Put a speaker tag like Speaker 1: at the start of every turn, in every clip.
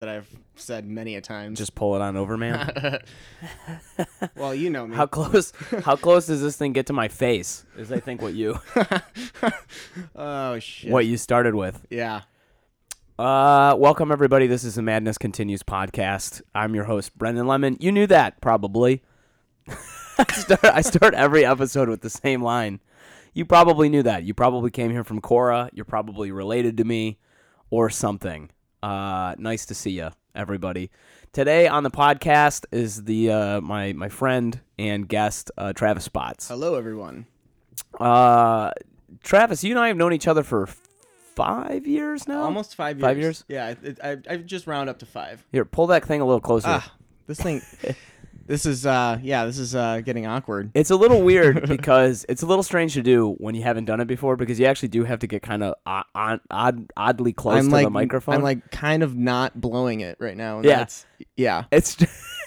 Speaker 1: that I've said many a time.
Speaker 2: Just pull it on over, man.
Speaker 1: well, you know me.
Speaker 2: how close? How close does this thing get to my face? Is I think what you
Speaker 1: oh shit.
Speaker 2: what you started with.
Speaker 1: Yeah.
Speaker 2: Uh, welcome everybody. This is the Madness Continues podcast. I'm your host Brendan Lemon. You knew that probably. I, start, I start every episode with the same line. You probably knew that. You probably came here from Cora. You're probably related to me, or something. Uh, nice to see you, everybody. Today on the podcast is the uh, my my friend and guest uh, Travis Spots.
Speaker 1: Hello, everyone.
Speaker 2: Uh, Travis, you and I have known each other for f- five years now.
Speaker 1: Almost five years.
Speaker 2: Oh, Five
Speaker 1: Yeah. It, I I just round up to five.
Speaker 2: Here, pull that thing a little closer.
Speaker 1: Ah, this thing. this is uh yeah. This is uh getting awkward.
Speaker 2: It's a little weird because it's a little strange to do when you haven't done it before because you actually do have to get kind of odd, odd, oddly close
Speaker 1: I'm
Speaker 2: to
Speaker 1: like
Speaker 2: the microphone.
Speaker 1: I'm like kind of not blowing it right now. and
Speaker 2: Yeah.
Speaker 1: That's, yeah.
Speaker 2: it's.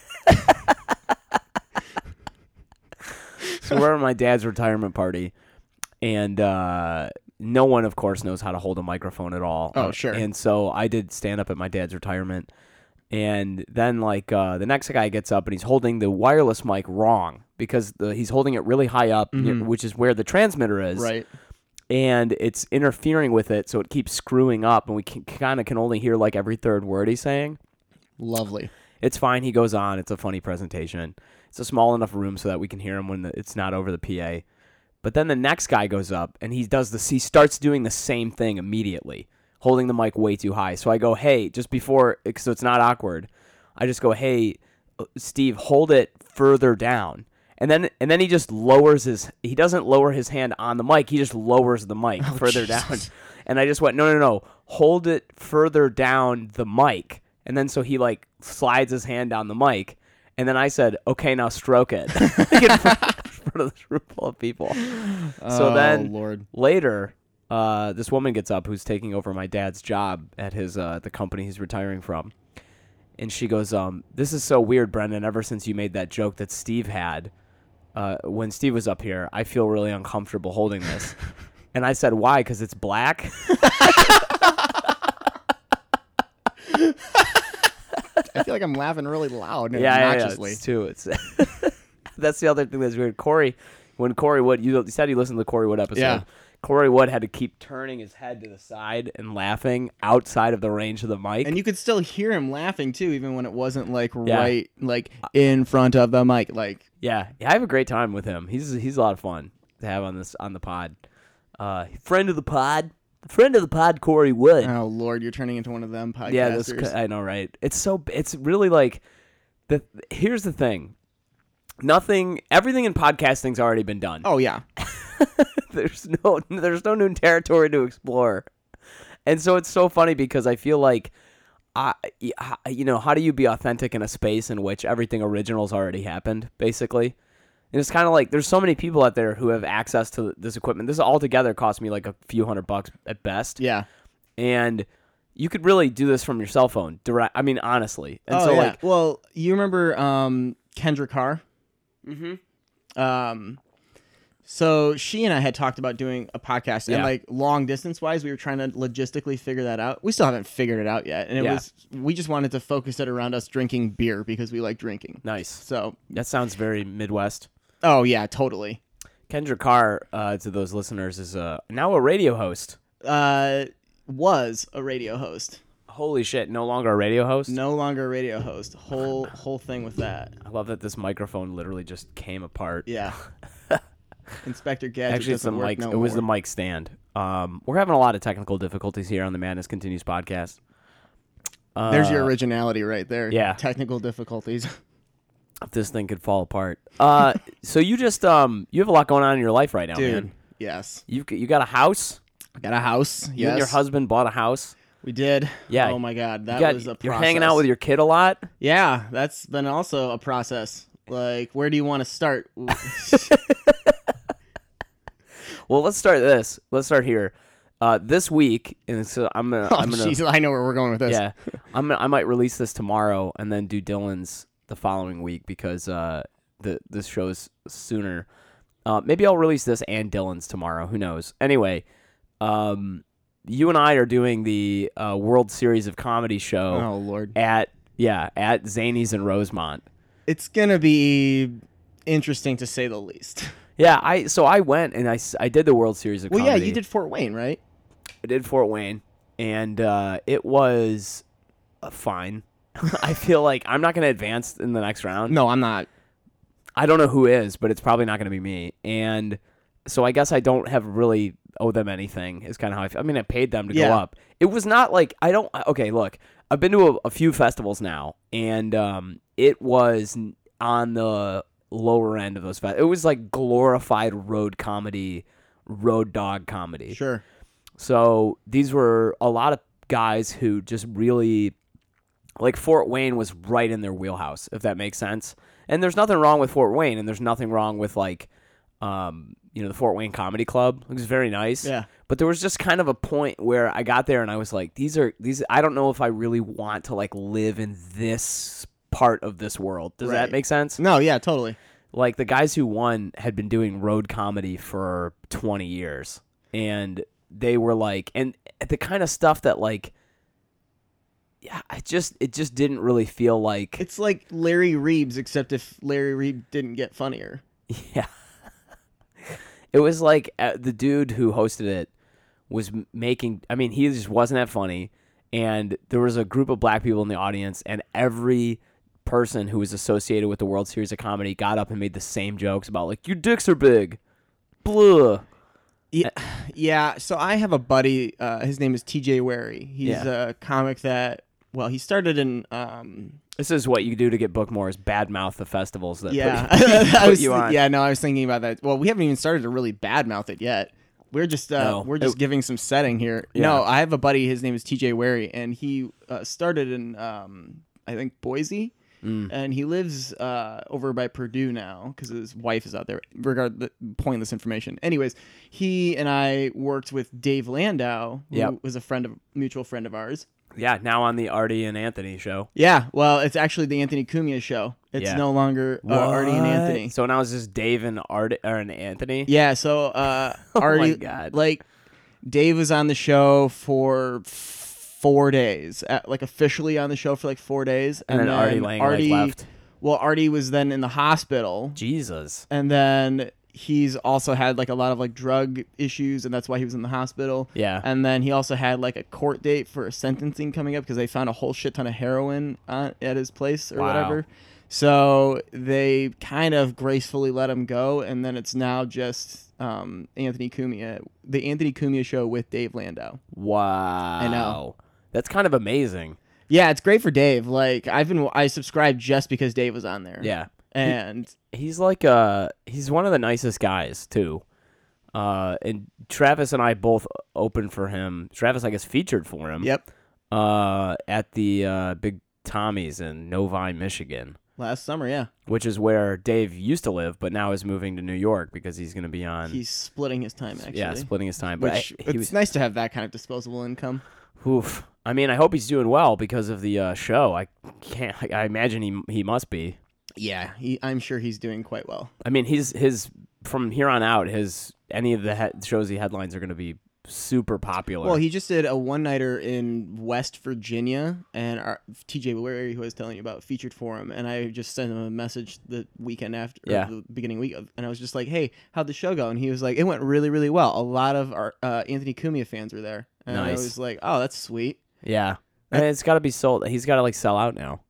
Speaker 2: so we're at my dad's retirement party, and uh, no one, of course, knows how to hold a microphone at all.
Speaker 1: Oh,
Speaker 2: Uh,
Speaker 1: sure.
Speaker 2: And so I did stand up at my dad's retirement, and then like uh, the next guy gets up and he's holding the wireless mic wrong because the, he's holding it really high up, near- which is where the transmitter is.
Speaker 1: Mm-hmm. Right.
Speaker 2: and it's interfering with it, so it keeps screwing up, and we can, kind of can only hear like every third word he's saying.
Speaker 1: Lovely.
Speaker 2: It's fine. He goes on. It's a funny presentation. It's a small enough room so that we can hear him when the, it's not over the PA. But then the next guy goes up and he does this. He starts doing the same thing immediately, holding the mic way too high. So I go, hey, just before, so it's not awkward. I just go, hey, uh, Steve, hold it further down. And then, and then he just lowers his. He doesn't lower his hand on the mic. He just lowers the mic further down.
Speaker 1: Jesus.
Speaker 2: And I just went, no, no, no, hold it further down the mic. And then so he like slides his hand down the mic. And then I said, okay, now stroke it in front, in front of this room full of people. So
Speaker 1: oh,
Speaker 2: then
Speaker 1: Lord.
Speaker 2: later, uh, this woman gets up who's taking over my dad's job at his uh, the company he's retiring from, and she goes, um, "This is so weird, Brendan. Ever since you made that joke that Steve had uh, when Steve was up here, I feel really uncomfortable holding this." and I said, "Why? Because it's black."
Speaker 1: I feel like I'm laughing really loud and
Speaker 2: yeah, yeah,
Speaker 1: obnoxiously.
Speaker 2: it's too. It's that's the other thing that's weird. Corey, when Corey Wood, you said you listened to the Corey Wood episode.
Speaker 1: Yeah.
Speaker 2: Corey Wood had to keep turning his head to the side and laughing outside of the range of the mic.
Speaker 1: and you could still hear him laughing too, even when it wasn't like
Speaker 2: Yeah.
Speaker 1: right, like in front of the mic. Like,
Speaker 2: Yeah, yeah, I have a great time with him. He's he's a lot of fun to have on this on the pod. Uh, friend of the pod, friend of the pod, Corey Wood.
Speaker 1: oh Lord, you're turning into one of them podcasters.
Speaker 2: yeah, this c- I know, right? It's so it's really like the here's the thing. Nothing, everything in podcasting's already been done.
Speaker 1: oh yeah,
Speaker 2: there's no there's no new territory to explore and so it's so funny because i feel like I, you know how do you be authentic in a space in which everything original's already happened basically and it's kind of like there's so many people out there who have access to this equipment this altogether cost me like a few hundred bucks at best
Speaker 1: yeah.
Speaker 2: and you could really do this from your cell phone direct i mean honestly and
Speaker 1: oh
Speaker 2: so
Speaker 1: yeah.
Speaker 2: like
Speaker 1: well, you remember um, Kendra Carr? Mm-hmm. Um, so she and I had talked about doing a podcast, and
Speaker 2: Yeah.
Speaker 1: like long distance wise, we were trying to logistically figure that out. We still haven't figured it out yet, and it
Speaker 2: Yeah.
Speaker 1: was we just wanted to focus it around us drinking beer because we like drinking.
Speaker 2: nice
Speaker 1: So,
Speaker 2: that sounds very midwest
Speaker 1: oh yeah, totally.
Speaker 2: kendra carr uh, to those listeners is uh, now a radio host
Speaker 1: uh, was a radio host.
Speaker 2: Holy shit, no longer a radio host?
Speaker 1: No longer a radio host. Whole whole thing with that.
Speaker 2: I love that this microphone literally just came apart.
Speaker 1: Yeah. Inspector Gadget
Speaker 2: Actually, it's the
Speaker 1: doesn't work
Speaker 2: mic.
Speaker 1: no
Speaker 2: it was the
Speaker 1: more.
Speaker 2: mic stand. Um, we're having a lot of technical difficulties here on the Madness Continues podcast.
Speaker 1: There's your originality right there.
Speaker 2: uh, yeah.
Speaker 1: Technical difficulties.
Speaker 2: If this thing could fall apart. Uh, so you just um, you have a lot going on in your life right now,
Speaker 1: Dude.
Speaker 2: man.
Speaker 1: Yes.
Speaker 2: You you got a house.
Speaker 1: I got a house. Yes.
Speaker 2: You and your husband bought a house.
Speaker 1: we did.
Speaker 2: Yeah.
Speaker 1: Oh my god, that
Speaker 2: You got,
Speaker 1: was a process.
Speaker 2: you're hanging out with your kid a lot.
Speaker 1: Yeah, that's been also a process. Like, where do you want to start? Oh,
Speaker 2: Well, let's start this. Let's start here. Uh, this week, and so I'm gonna
Speaker 1: oh,
Speaker 2: I'm gonna
Speaker 1: jeez, I know where we're going with this.
Speaker 2: yeah i'm i might release this tomorrow and then do dylan's the following week because uh the this show's sooner uh maybe i'll release this and dylan's tomorrow who knows anyway um you and I are doing the uh, World Series of Comedy show
Speaker 1: Oh lord,
Speaker 2: at yeah at Zanies in Rosemont.
Speaker 1: it's gonna be interesting to say the least.
Speaker 2: Yeah, I so I went and I, s- I did the World Series of
Speaker 1: Well,
Speaker 2: Comedy.
Speaker 1: yeah, you did Fort Wayne, right?
Speaker 2: I did Fort Wayne, and uh, it was uh, fine. I feel like I'm not going to advance in the next round.
Speaker 1: No, I'm not.
Speaker 2: I don't know who is, but it's probably not going to be me. And so I guess I don't have really owe them anything. Is kind of how I feel. I mean, I paid them to go
Speaker 1: Yeah.
Speaker 2: up. It was not like I don't. Okay, look, I've been to a, a few festivals now, and um, it was n- on the lower end of those. Fe- it was like glorified road comedy, road dog comedy.
Speaker 1: Sure.
Speaker 2: So these were a lot of guys who just really like Fort Wayne was right in their wheelhouse, if that makes sense. And there's nothing wrong with Fort Wayne, and there's nothing wrong with like, um, you know, the Fort Wayne Comedy Club. It was very nice.
Speaker 1: Yeah.
Speaker 2: But there was just kind of a point where I got there and I was like, these are these. I don't know if I really want to like live in this part of this world. Does that
Speaker 1: Right.
Speaker 2: make sense?
Speaker 1: No, yeah, totally.
Speaker 2: like the guys who won had been doing road comedy for 20 years and they were like and the kind of stuff that like yeah i just it just didn't really feel like
Speaker 1: It's like Larry Reeves, except if Larry Reed didn't get funnier.
Speaker 2: yeah it was like uh, the dude who hosted it was m- making i mean he just wasn't that funny and there was a group of black people in the audience and every person who was associated with the world series of comedy got up and made the same jokes about like your dicks are big blah
Speaker 1: Yeah, yeah. So I have a buddy. Uh, his name is T.J. Wary. He's
Speaker 2: Yeah.
Speaker 1: a comic that well, he started in. Um,
Speaker 2: This is what you do to get booked more is badmouth the festivals that
Speaker 1: yeah,
Speaker 2: put, you,
Speaker 1: I
Speaker 2: put
Speaker 1: was,
Speaker 2: you on.
Speaker 1: yeah. No, I was thinking about that. Well, we haven't even started to really badmouth it yet. We're just uh,
Speaker 2: No. Oh.
Speaker 1: we're just giving some setting here.
Speaker 2: Yeah.
Speaker 1: No, I have a buddy. His name is T.J. Wary, and he uh, started in um, I think Boise.
Speaker 2: Mm.
Speaker 1: And he lives uh, over by Purdue now because his wife is out there. Regard the pointless information. Anyways, he and I worked with Dave Landau, who
Speaker 2: Yep.
Speaker 1: was a friend of mutual friend of ours.
Speaker 2: Yeah, now on the Artie and Anthony show.
Speaker 1: Yeah, well, it's actually the Anthony Cumia show. It's
Speaker 2: Yeah.
Speaker 1: no longer uh, Artie and
Speaker 2: What?
Speaker 1: Anthony.
Speaker 2: So now it's just Dave and Artie or and Anthony.
Speaker 1: Yeah, so uh,
Speaker 2: Oh my
Speaker 1: Artie,
Speaker 2: God.
Speaker 1: like Dave was on the show for f- four days, uh like officially on the show for like four days,
Speaker 2: And then Artie Lang, like, left.
Speaker 1: Well, Artie was then in the hospital,
Speaker 2: Jesus.
Speaker 1: and then he's also had like a lot of like drug issues, and that's why he was in the hospital.
Speaker 2: Yeah.
Speaker 1: and then he also had like a court date for a sentencing coming up because they found a whole shit ton of heroin on, at his place or
Speaker 2: Wow.
Speaker 1: whatever. So they kind of gracefully let him go, and then it's now just um, Anthony Cumia, the Anthony Cumia show with Dave Landau.
Speaker 2: Wow. I
Speaker 1: know.
Speaker 2: That's kind of amazing.
Speaker 1: Yeah, it's great for Dave. Like I've been, I subscribed just because Dave was on there.
Speaker 2: Yeah.
Speaker 1: and
Speaker 2: He's like uh he's one of the nicest guys too. Uh and Travis and I both opened for him. Travis I guess featured for him.
Speaker 1: yep,
Speaker 2: Uh at the uh Big Tommy's in Novi, Michigan.
Speaker 1: last summer, yeah,
Speaker 2: which is where Dave used to live, but now is moving to New York because he's going to be on.
Speaker 1: he's splitting his time actually.
Speaker 2: yeah, splitting his time. But I-
Speaker 1: Which
Speaker 2: he
Speaker 1: it's
Speaker 2: was,
Speaker 1: nice to have that kind of disposable income.
Speaker 2: oof. I mean, I hope he's doing well because of the uh, show. I can't. I, I imagine he he must be.
Speaker 1: Yeah, he, I'm sure he's doing quite well.
Speaker 2: I mean, his his from here on out, his any of the he- shows he headlines are going to be super popular.
Speaker 1: Well, he just did a one nighter in West Virginia, and our TJ Wary, who I was telling you about, featured for him. And I just sent him a message the weekend after, or
Speaker 2: Yeah.
Speaker 1: the beginning week, of, and I was just like, "Hey, how'd the show go?" And he was like, "It went really, really well. A lot of our uh, Anthony Cumia fans were there." And I
Speaker 2: Nice.
Speaker 1: was like, "Oh, that's sweet."
Speaker 2: yeah, and it's got to be sold. He's got to like sell out now.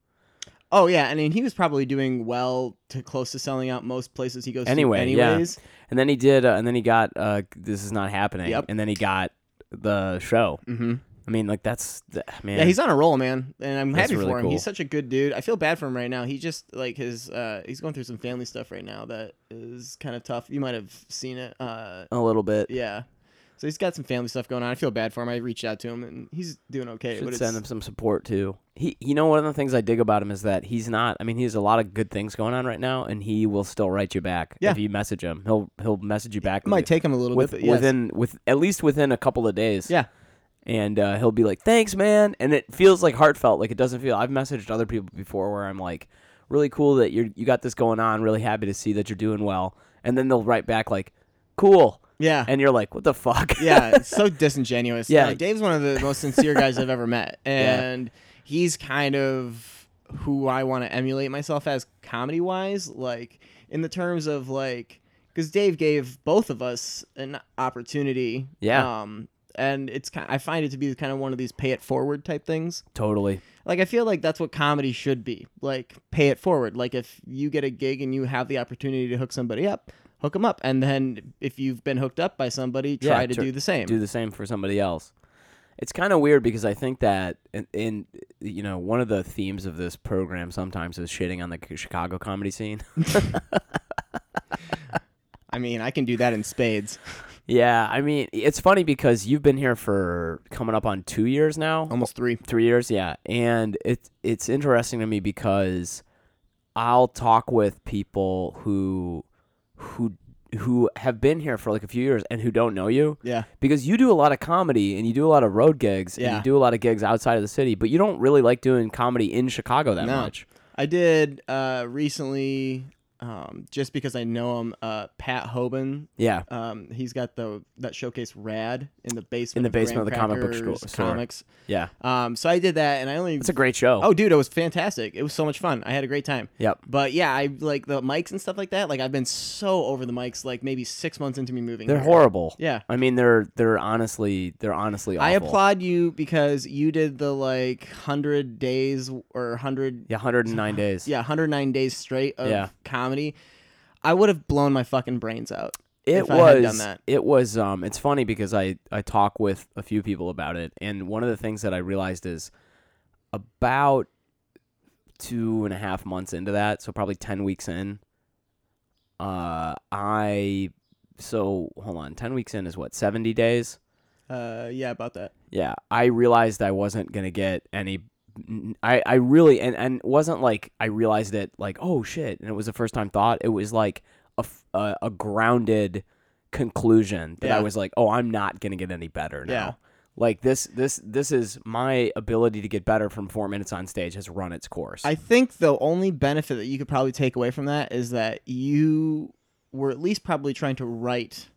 Speaker 1: Oh yeah, I mean he was probably doing well to close to selling out most places he goes
Speaker 2: Anyway,
Speaker 1: to.
Speaker 2: yeah.
Speaker 1: Anyways,
Speaker 2: And then he did, uh, and then he got uh, this is not happening.
Speaker 1: Yep.
Speaker 2: And then he got the show.
Speaker 1: Mhm.
Speaker 2: I mean, like that's th- man.
Speaker 1: Yeah, he's on a roll, man, and I'm
Speaker 2: That's
Speaker 1: happy
Speaker 2: really
Speaker 1: for him.
Speaker 2: cool.
Speaker 1: He's such a good dude. I feel bad for him right now. He just like his uh he's going through some family stuff right now that is kind of tough. You might have seen it. Uh
Speaker 2: a little bit.
Speaker 1: yeah. So he's got some family stuff going on. I feel bad for him. I reached out to him and he's doing okay,
Speaker 2: Should
Speaker 1: but
Speaker 2: send him
Speaker 1: it's
Speaker 2: some support too. He, you know, one of the things I dig about him is that he's not. I mean, he has a lot of good things going on right now, and he will still write you back
Speaker 1: Yeah.
Speaker 2: if you message him. He'll he'll message you back.
Speaker 1: it might take him a little
Speaker 2: with,
Speaker 1: bit, but yes.
Speaker 2: within with at least within a couple of days.
Speaker 1: Yeah.
Speaker 2: and uh, he'll be like, "Thanks, man," and it feels like heartfelt. Like it doesn't feel. I've messaged other people before where I'm like, "Really cool that you are you got this going on. Really happy to see that you're doing well," and then they'll write back like, "Cool."
Speaker 1: Yeah.
Speaker 2: and you're like, what the fuck?
Speaker 1: yeah, it's so disingenuous.
Speaker 2: Yeah.
Speaker 1: Uh, Dave's one of the most sincere guys I've ever met, and he's kind of who I want to emulate myself as comedy wise, like in the terms of like because Dave gave both of us an opportunity.
Speaker 2: Yeah.
Speaker 1: Um, and it's kind I find it to be kind of one of these pay it forward type things.
Speaker 2: totally.
Speaker 1: Like I feel like that's what comedy should be. Like pay it forward. Like if you get a gig and you have the opportunity to hook somebody up, hook them up. And then if you've been hooked up by somebody,
Speaker 2: Yeah,
Speaker 1: try to
Speaker 2: tr-
Speaker 1: do the same.
Speaker 2: Do the same for somebody else. It's kind of weird because I think that in, in you know one of the themes of this program sometimes is shitting on the c- Chicago comedy scene.
Speaker 1: I mean, I can do that in spades.
Speaker 2: yeah, I mean it's funny because you've been here for coming up on two years now.
Speaker 1: Almost three.
Speaker 2: three years yeah and it's it's interesting to me because i'll talk with people who who who have been here for like a few years and who don't know you
Speaker 1: Yeah.
Speaker 2: because you do a lot of comedy and you do a lot of road gigs and
Speaker 1: Yeah.
Speaker 2: you do a lot of gigs outside of the city but you don't really like doing comedy in chicago that
Speaker 1: No.
Speaker 2: much
Speaker 1: I did uh, recently, um, just because I know him, uh, Pat Hoban.
Speaker 2: yeah
Speaker 1: Um, he's got the that showcase Rad in the basement
Speaker 2: the
Speaker 1: of
Speaker 2: basement of the
Speaker 1: Graham
Speaker 2: comic book
Speaker 1: Cracker's
Speaker 2: store- store.
Speaker 1: comics.
Speaker 2: yeah
Speaker 1: Um, so I did that, and I only
Speaker 2: it's a great show
Speaker 1: oh dude, it was fantastic. It was so much fun. I had a great time.
Speaker 2: yep
Speaker 1: But yeah, I like the mics and stuff like that. Like I've been so over the mics, like maybe six months into me moving.
Speaker 2: they're
Speaker 1: here.
Speaker 2: horrible
Speaker 1: Yeah.
Speaker 2: i mean they're they're honestly they're honestly awful.
Speaker 1: I applaud you because you did the like hundred days or hundred
Speaker 2: yeah 109 days
Speaker 1: yeah 109 days straight of
Speaker 2: Yeah.
Speaker 1: comedy i would have blown my fucking brains out
Speaker 2: it
Speaker 1: if
Speaker 2: was
Speaker 1: I had done that.
Speaker 2: it was um it's funny because I I talk with a few people about it and one of the things that I realized is about two and a half months into that so probably 10 weeks in uh I so hold on 10 weeks in is what 70 days
Speaker 1: uh yeah about that
Speaker 2: yeah I realized I wasn't gonna get any I, I really and and it wasn't like I realized it like oh shit and it was a first time thought it was like a f- a, a grounded conclusion that I
Speaker 1: Yeah.
Speaker 2: was like oh I'm not gonna get any better now
Speaker 1: Yeah.
Speaker 2: like this this this is my ability to get better from four minutes on stage has run its course
Speaker 1: i think the only benefit that you could probably take away from that is that you were at least probably trying to write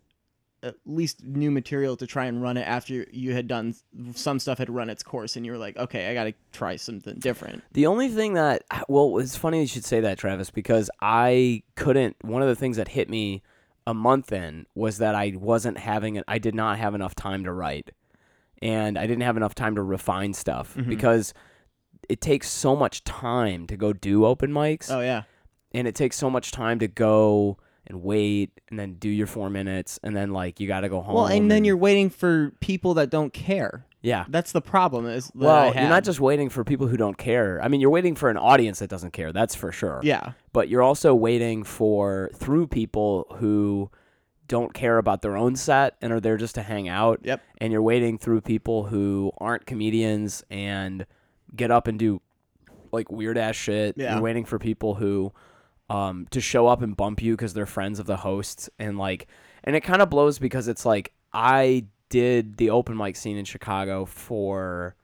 Speaker 1: at least new material to try and run it after you had done some stuff had run its course and you were like okay i gotta try something different
Speaker 2: The only thing that, well, it's funny you should say that, Travis, because I couldn't. One of the things that hit me a month in was that I wasn't having, I did not have enough time to write. And I didn't have enough time to refine stuff
Speaker 1: Mm-hmm.
Speaker 2: because it takes so much time to go do open mics
Speaker 1: oh yeah
Speaker 2: and it takes so much time to go and wait and then do your four minutes and then like you got to go home.
Speaker 1: well and then you're waiting for people that don't care
Speaker 2: yeah.
Speaker 1: that's the problem is that I
Speaker 2: Well, you're
Speaker 1: had.
Speaker 2: not just waiting for people who don't care. I mean, you're waiting for an audience that doesn't care. That's for sure.
Speaker 1: yeah
Speaker 2: but you're also waiting for through people who don't care about their own set and are there just to hang out.
Speaker 1: Yep.
Speaker 2: And you're waiting through people who aren't comedians and get up and do like weird ass shit.
Speaker 1: Yeah.
Speaker 2: You're waiting for people who um to show up and bump you because they're friends of the hosts and like and it kind of blows because it's like I did the open mic scene in Chicago for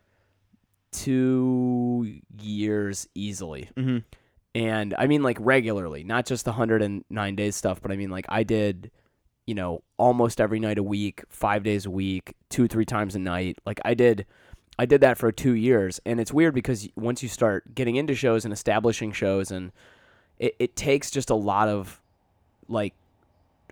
Speaker 2: two years easily and I mean like regularly, not just the 109 days stuff, but I mean like I did, you know, almost every night a week, 5 days a week, 2 3 times a night. Like I did I did that for 2 years and it's weird because once you start getting into shows and establishing shows and it it takes just a lot of like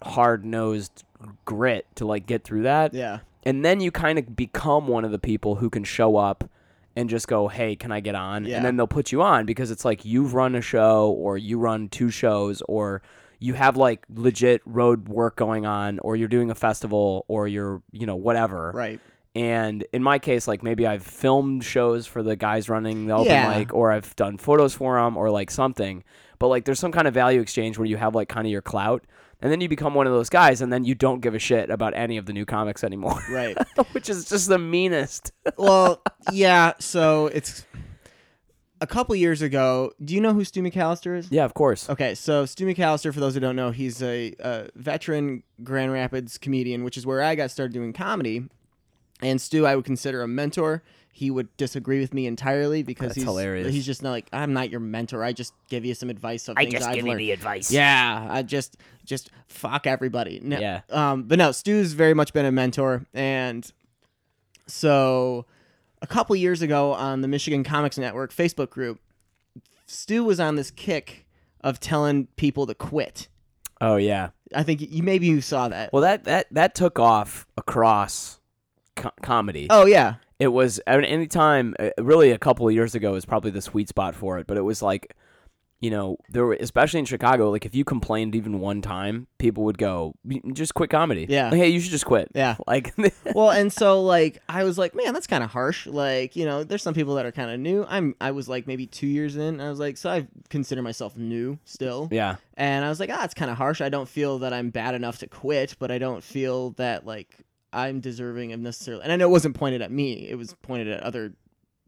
Speaker 2: hard-nosed grit to like get through that
Speaker 1: yeah
Speaker 2: and then you kind of become one of the people who can show up and just go, "Hey, can I get on?"
Speaker 1: Yeah.
Speaker 2: And then they'll put you on because it's like you've run a show or you run two shows or you have like legit road work going on or you're doing a festival or you're, you know, whatever.
Speaker 1: right
Speaker 2: And in my case, like maybe I've filmed shows for the guys running the open
Speaker 1: Yeah.
Speaker 2: mic, or I've done photos for them, or like something. But like, there's some kind of value exchange where you have like kind of your clout, and then you become one of those guys, and then you don't give a shit about any of the new comics anymore,
Speaker 1: right
Speaker 2: which is just the meanest.
Speaker 1: well, yeah. So it's a couple years ago. Do you know who Stu McAllister is?
Speaker 2: Yeah, of course.
Speaker 1: Okay, so Stu McAllister, for those who don't know, he's a, a veteran Grand Rapids comedian, which is where I got started doing comedy. And Stu, I would consider a mentor. he would disagree with me entirely because
Speaker 2: That's
Speaker 1: he's
Speaker 2: hilarious.
Speaker 1: He's just not like I'm not your mentor. I just give you some advice of
Speaker 3: I
Speaker 1: things
Speaker 3: just
Speaker 1: I've
Speaker 3: give you
Speaker 1: learned.
Speaker 3: the advice.
Speaker 1: Yeah, I just just fuck everybody. No,
Speaker 2: Yeah.
Speaker 1: Um, but no, Stu's very much been a mentor, and so a couple years ago on the Michigan Comics Network Facebook group, Stu was on this kick of telling people to quit.
Speaker 2: Oh yeah.
Speaker 1: I think you maybe you saw that.
Speaker 2: Well, that that that took off across co- comedy.
Speaker 1: Oh yeah,
Speaker 2: It was I mean, any time, uh, really, a couple of years ago is probably the sweet spot for it. But it was like, you know, there were especially in Chicago. Like if you complained even one time, people would go, "Y- "Just quit comedy."
Speaker 1: Yeah.
Speaker 2: Like, hey, you should just quit.
Speaker 1: yeah.
Speaker 2: Like,
Speaker 1: well, and so like I was like, man, that's kind of harsh. Like, you know, there's some people that are kind of new. I'm I was like maybe 2 years in. And I was like, so I consider myself new still.
Speaker 2: yeah,
Speaker 1: And I was like, ah, it's kind of harsh. I don't feel that I'm bad enough to quit, but I don't feel that like I'm deserving of necessarily. And I know it wasn't pointed at me. It was pointed at other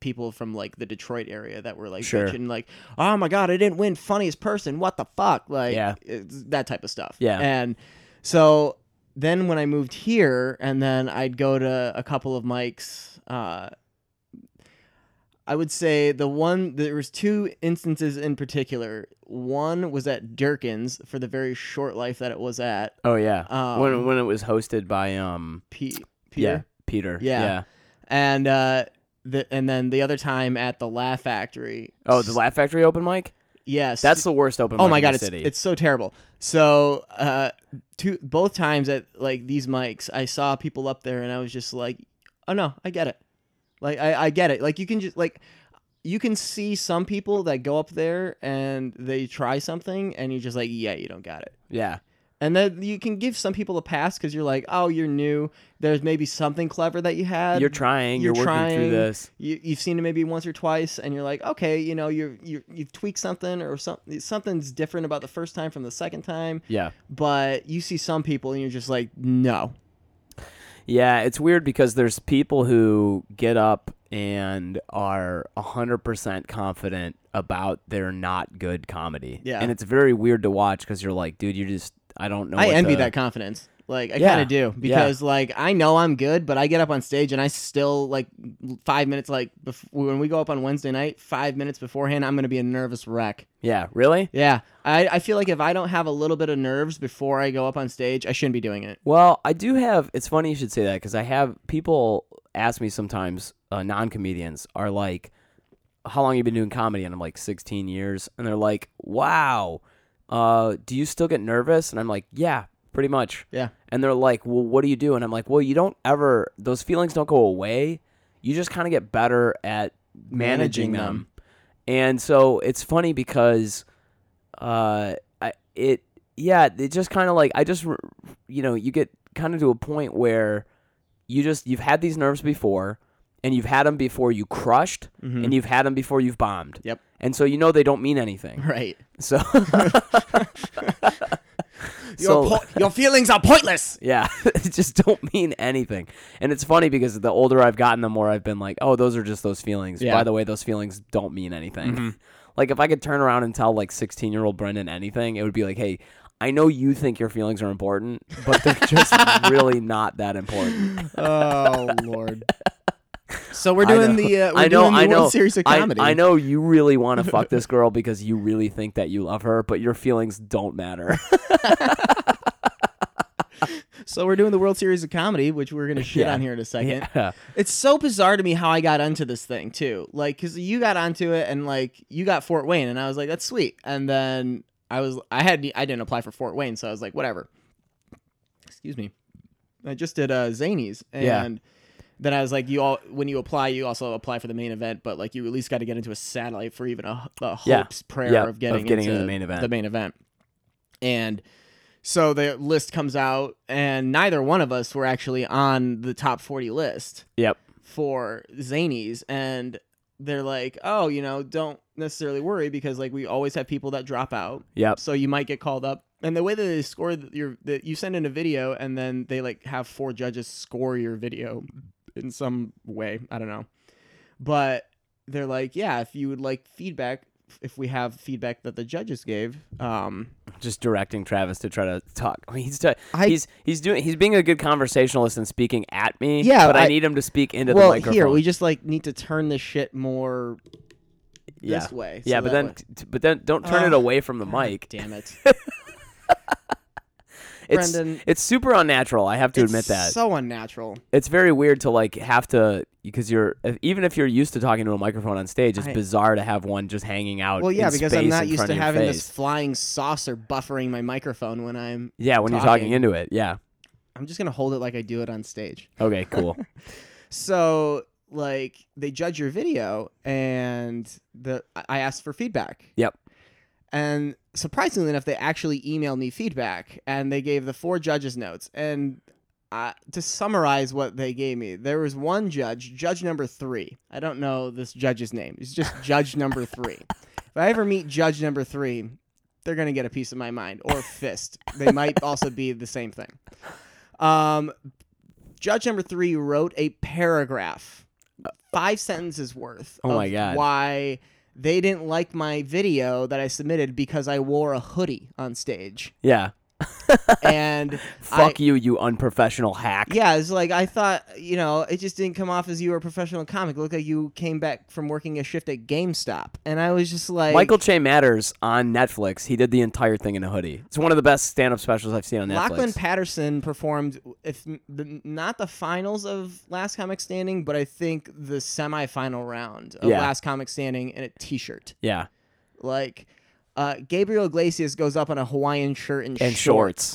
Speaker 1: people from like the Detroit area that were like
Speaker 2: Sure.
Speaker 1: bitching like, "Oh my god, I didn't win funniest person. What the fuck?" Like
Speaker 2: Yeah.
Speaker 1: it's that type of stuff.
Speaker 2: Yeah.
Speaker 1: And so then when I moved here and then I'd go to a couple of mics uh I would say the one there was two instances in particular. One was at Durkin's for the very short life that it was at.
Speaker 2: oh yeah.
Speaker 1: Um,
Speaker 2: when when it was hosted by um
Speaker 1: P-
Speaker 2: yeah
Speaker 1: Peter.
Speaker 2: Peter
Speaker 1: Yeah.
Speaker 2: yeah
Speaker 1: And uh the, and then the other time at the Laugh Factory.
Speaker 2: oh the Laugh Factory open mic
Speaker 1: Yes.
Speaker 2: that's the worst open mic
Speaker 1: Oh my
Speaker 2: in
Speaker 1: god,
Speaker 2: the
Speaker 1: it's
Speaker 2: city.
Speaker 1: it's so terrible. So, uh two both times at like these mics, I saw people up there and I was just like, "Oh no, I get it." Like I I get it. Like you can just like you can see some people that go up there and they try something and you're just like, "Yeah, you don't got it."
Speaker 2: yeah
Speaker 1: And then you can give some people a pass cuz you're like, "Oh, you're new. There's maybe something clever that you had."
Speaker 2: you're trying you're,
Speaker 1: Uh, you're
Speaker 2: working through
Speaker 1: trying.
Speaker 2: this
Speaker 1: you, you've seen it maybe once or twice and you're like okay you know you're, you're you've tweaked something or something something's different about the first time from the second time
Speaker 2: yeah
Speaker 1: but you see some people and you're just like no
Speaker 2: Yeah, it's weird because there's people who get up and are 100% confident about their not good comedy.
Speaker 1: Yeah.
Speaker 2: And it's very weird to watch because you're like, dude, you're just, I don't know.
Speaker 1: i
Speaker 2: what
Speaker 1: envy
Speaker 2: to-
Speaker 1: that confidence like i
Speaker 2: Yeah.
Speaker 1: kind of do because like i know i'm good but i get up on stage and i still like five minutes like bef- when we go up on wednesday night five minutes beforehand i'm gonna be a nervous wreck
Speaker 2: Yeah, really?
Speaker 1: yeah I, I feel like if i don't have a little bit of nerves before i go up on stage i shouldn't be doing it
Speaker 2: Well, I do have. It's funny you should say that because I have people ask me sometimes. Uh, non comedians are like, "How long you been doing comedy?" And I'm like, "16 years." And they're like, "Wow, uh, do you still get nervous?" And I'm like, "Yeah, pretty much."
Speaker 1: Yeah.
Speaker 2: And they're like, "Well, what do you do?" And I'm like, "Well, you don't ever. Those feelings don't go away. You just kind of get better at managing,
Speaker 1: Managing
Speaker 2: them.
Speaker 1: them.
Speaker 2: And so it's funny because, uh, I it yeah, it just kind of like I just re- you know you get kind of to a point where you just you've had these nerves before and you've had them before you crushed and you've had them before you've bombed
Speaker 1: Mm-hmm. Yep.
Speaker 2: and so you know they don't mean anything
Speaker 1: right
Speaker 2: so
Speaker 1: your, po- your feelings are pointless
Speaker 2: yeah it just don't mean anything and it's funny because the older i've gotten the more i've been like oh those are just those feelings
Speaker 1: Yeah. Mm-hmm.
Speaker 2: by the way those feelings don't mean anything like if i could turn around and tell like 16 year old brendan anything it would be like hey i know you think your feelings are important but they're just really not that important
Speaker 1: oh lord. So we're
Speaker 2: I
Speaker 1: doing
Speaker 2: know.
Speaker 1: the uh, we're
Speaker 2: I know
Speaker 1: doing the
Speaker 2: I
Speaker 1: World
Speaker 2: know
Speaker 1: series of
Speaker 2: I-
Speaker 1: comedy.
Speaker 2: I, know you really want to fuck this girl because you really think that you love her, but your feelings don't matter.
Speaker 1: So we're doing the World Series of comedy, which we're gonna shit on here in a second.
Speaker 2: yeah.
Speaker 1: It's so bizarre to me how I got onto this thing too. Like, cause you got onto it and like you got Fort Wayne, and I was like, that's sweet. And then I was I had I didn't apply for Fort Wayne, so I was like, whatever. Excuse me. I just did uh Zanies and.
Speaker 2: Yeah.
Speaker 1: Then I was like, you all when you apply, you also apply for the main event, but like you at least got to get into a satellite for even a, a hopes
Speaker 2: Yeah.
Speaker 1: prayer
Speaker 2: Yeah,
Speaker 1: of getting,
Speaker 2: of getting into
Speaker 1: into
Speaker 2: the main event.
Speaker 1: The main event, and so the list comes out, and neither one of us were actually on the top forty list
Speaker 2: Yep.
Speaker 1: for Zanies, and they're like, oh, you know, don't necessarily worry because like we always have people that drop out,
Speaker 2: Yep.
Speaker 1: so you might get called up. And the way that they score th- your, that you send in a video, and then they like have four judges score your video in some way. I don't know, but they're like, yeah, if you would like feedback, if we have feedback that the judges gave, um,
Speaker 2: just directing Travis to try to talk. I mean, he's t-
Speaker 1: I-
Speaker 2: he's he's doing he's being a good conversationalist and speaking at me.
Speaker 1: Yeah,
Speaker 2: but I,
Speaker 1: I-
Speaker 2: need him to speak into
Speaker 1: well,
Speaker 2: the microphone.
Speaker 1: here we just like need to turn this shit more
Speaker 2: yeah.
Speaker 1: this way.
Speaker 2: yeah,
Speaker 1: so
Speaker 2: but
Speaker 1: that
Speaker 2: then
Speaker 1: way-
Speaker 2: t- but then don't turn
Speaker 1: Oh,
Speaker 2: it away from the mic.
Speaker 1: damn it,
Speaker 2: It's
Speaker 1: Brendan.
Speaker 2: it's super unnatural. I have to admit
Speaker 1: It's
Speaker 2: that.
Speaker 1: so unnatural.
Speaker 2: it's very weird to like have to because you're if- even if you're used to talking to a microphone on stage, it's
Speaker 1: I-
Speaker 2: bizarre to have one just hanging out.
Speaker 1: Well, yeah,
Speaker 2: Oh, in
Speaker 1: because
Speaker 2: space
Speaker 1: I'm not
Speaker 2: in
Speaker 1: used
Speaker 2: front
Speaker 1: to
Speaker 2: of your
Speaker 1: having
Speaker 2: face.
Speaker 1: this flying saucer buffering my microphone when I'm.
Speaker 2: Yeah, when you're talking
Speaker 1: talking.
Speaker 2: into it. Yeah.
Speaker 1: I'm just gonna hold it like I do it on stage.
Speaker 2: Okay. Cool.
Speaker 1: So like they judge your video, and the I- I asked for feedback.
Speaker 2: Yep.
Speaker 1: And surprisingly enough, they actually emailed me feedback, and they gave the four judges notes. And uh, to summarize what they gave me, there was one judge, judge number three. I don't know this judge's name. It's just judge number three. If I ever meet judge number three, they're gonna get a piece of my mind or fist. They might also be the same thing. Um, judge number three wrote a paragraph, five sentences worth.
Speaker 2: Oh my
Speaker 1: of
Speaker 2: God.
Speaker 1: Why they didn't like my video that I submitted because I wore a hoodie on stage
Speaker 2: Yeah.
Speaker 1: and I,
Speaker 2: Fuck you, you unprofessional hack.
Speaker 1: yeah, it's like I thought, you know, it just didn't come off as you were a professional comic. It looked like you came back from working a shift at GameStop, and I was just like,
Speaker 2: Michael Che Matters on Netflix. He did the entire thing in a hoodie. It's one of the best stand-up specials I've seen on Netflix.
Speaker 1: Lachlan Patterson performed, if n- the, not the finals of Last Comic Standing, but I think the semifinal round of
Speaker 2: Yeah.
Speaker 1: Last Comic Standing in a T-shirt.
Speaker 2: yeah,
Speaker 1: Like, uh, Gabriel Iglesias goes up in a Hawaiian shirt and,
Speaker 2: and
Speaker 1: shorts.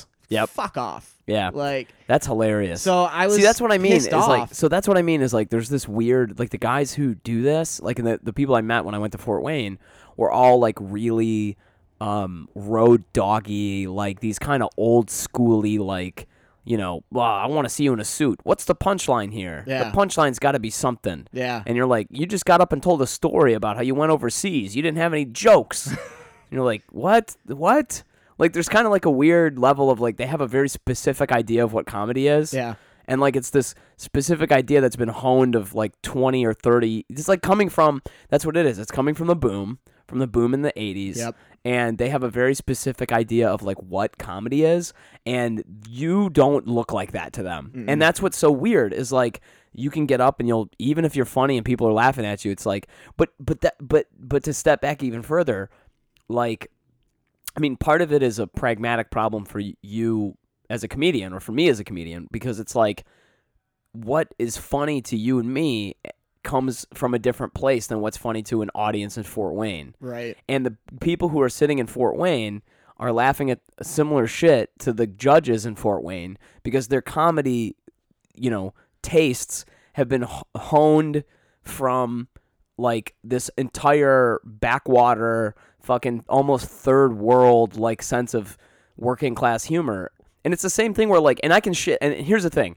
Speaker 2: shorts. Yep.
Speaker 1: Fuck off.
Speaker 2: Yeah,
Speaker 1: Like,
Speaker 2: that's hilarious.
Speaker 1: so I was.
Speaker 2: See, that's what I mean. Is
Speaker 1: pissed off.
Speaker 2: like, so that's what I mean is like, there's this weird, like the guys who do this, like and the the people I met when I went to Fort Wayne, were all like really, um, road doggy, like these kind of old schooly, like you know, well, I want to see you in a suit. What's the punchline here?
Speaker 1: Yeah.
Speaker 2: The punchline's got to be something.
Speaker 1: yeah.
Speaker 2: And you're like, you just got up and told a story about how you went overseas. You didn't have any jokes. and you're like, what? What? Like, there's kind of like a weird level of like, they have a very specific idea of what comedy is.
Speaker 1: Yeah.
Speaker 2: And like, it's this specific idea that's been honed of like 20 or 30. It's like coming from, that's what it is. It's coming from the boom, from the boom in the 80s.
Speaker 1: Yep.
Speaker 2: And they have a very specific idea of like what comedy is. And you don't look like that to them. And that's what's so weird is like, you can get up and you'll even if you're funny and people are laughing at you it's like but but that but but to step back even further like i mean part of it is a pragmatic problem for y- you as a comedian or for me as a comedian because it's like what is funny to you and me eh, comes from a different place than what's funny to an audience in Fort Wayne
Speaker 1: Right.
Speaker 2: and the people who are sitting in Fort Wayne are laughing at similar shit to the judges in Fort Wayne because their comedy, you know, tastes have been h- honed from like this entire backwater fucking almost third world like sense of working class humor. And it's the same thing where like and I can shit and here's the thing.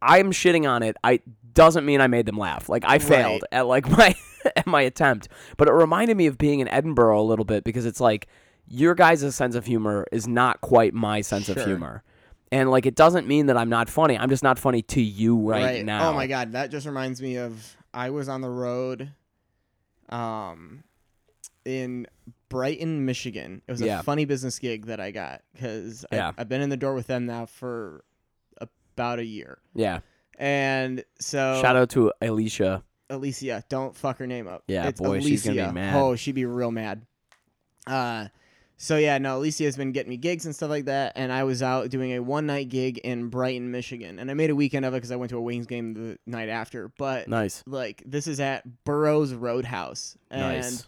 Speaker 2: I'm shitting on it. I doesn't mean I made them laugh. Like I failed at like my at my attempt. But it reminded me of being in Edinburgh a little bit because it's like your guys' sense of humor is not quite my sense of
Speaker 1: Sure.
Speaker 2: humor. And like it doesn't mean that I'm not funny. I'm just not funny to you right, now.
Speaker 1: Oh my god, that just reminds me of I was on the road um in Brighton, Michigan. It was
Speaker 2: Yeah.
Speaker 1: a funny business gig that I got cuz
Speaker 2: Yeah.
Speaker 1: I've been in the door with them now for about a year.
Speaker 2: Yeah.
Speaker 1: And so
Speaker 2: Shout out to Alicia.
Speaker 1: Alicia, don't fuck her name up.
Speaker 2: Yeah,
Speaker 1: it's
Speaker 2: boy,
Speaker 1: Alicia.
Speaker 2: she's gonna be mad.
Speaker 1: Oh, she'd be real mad. Uh, so yeah, no, Alicia has been getting me gigs and stuff like that, and I was out doing a one night gig in Brighton, Michigan, and I made a weekend of it because I went to a Wings game the night after. But
Speaker 2: Nice.
Speaker 1: like, this is at Burroughs Roadhouse, and
Speaker 2: Nice.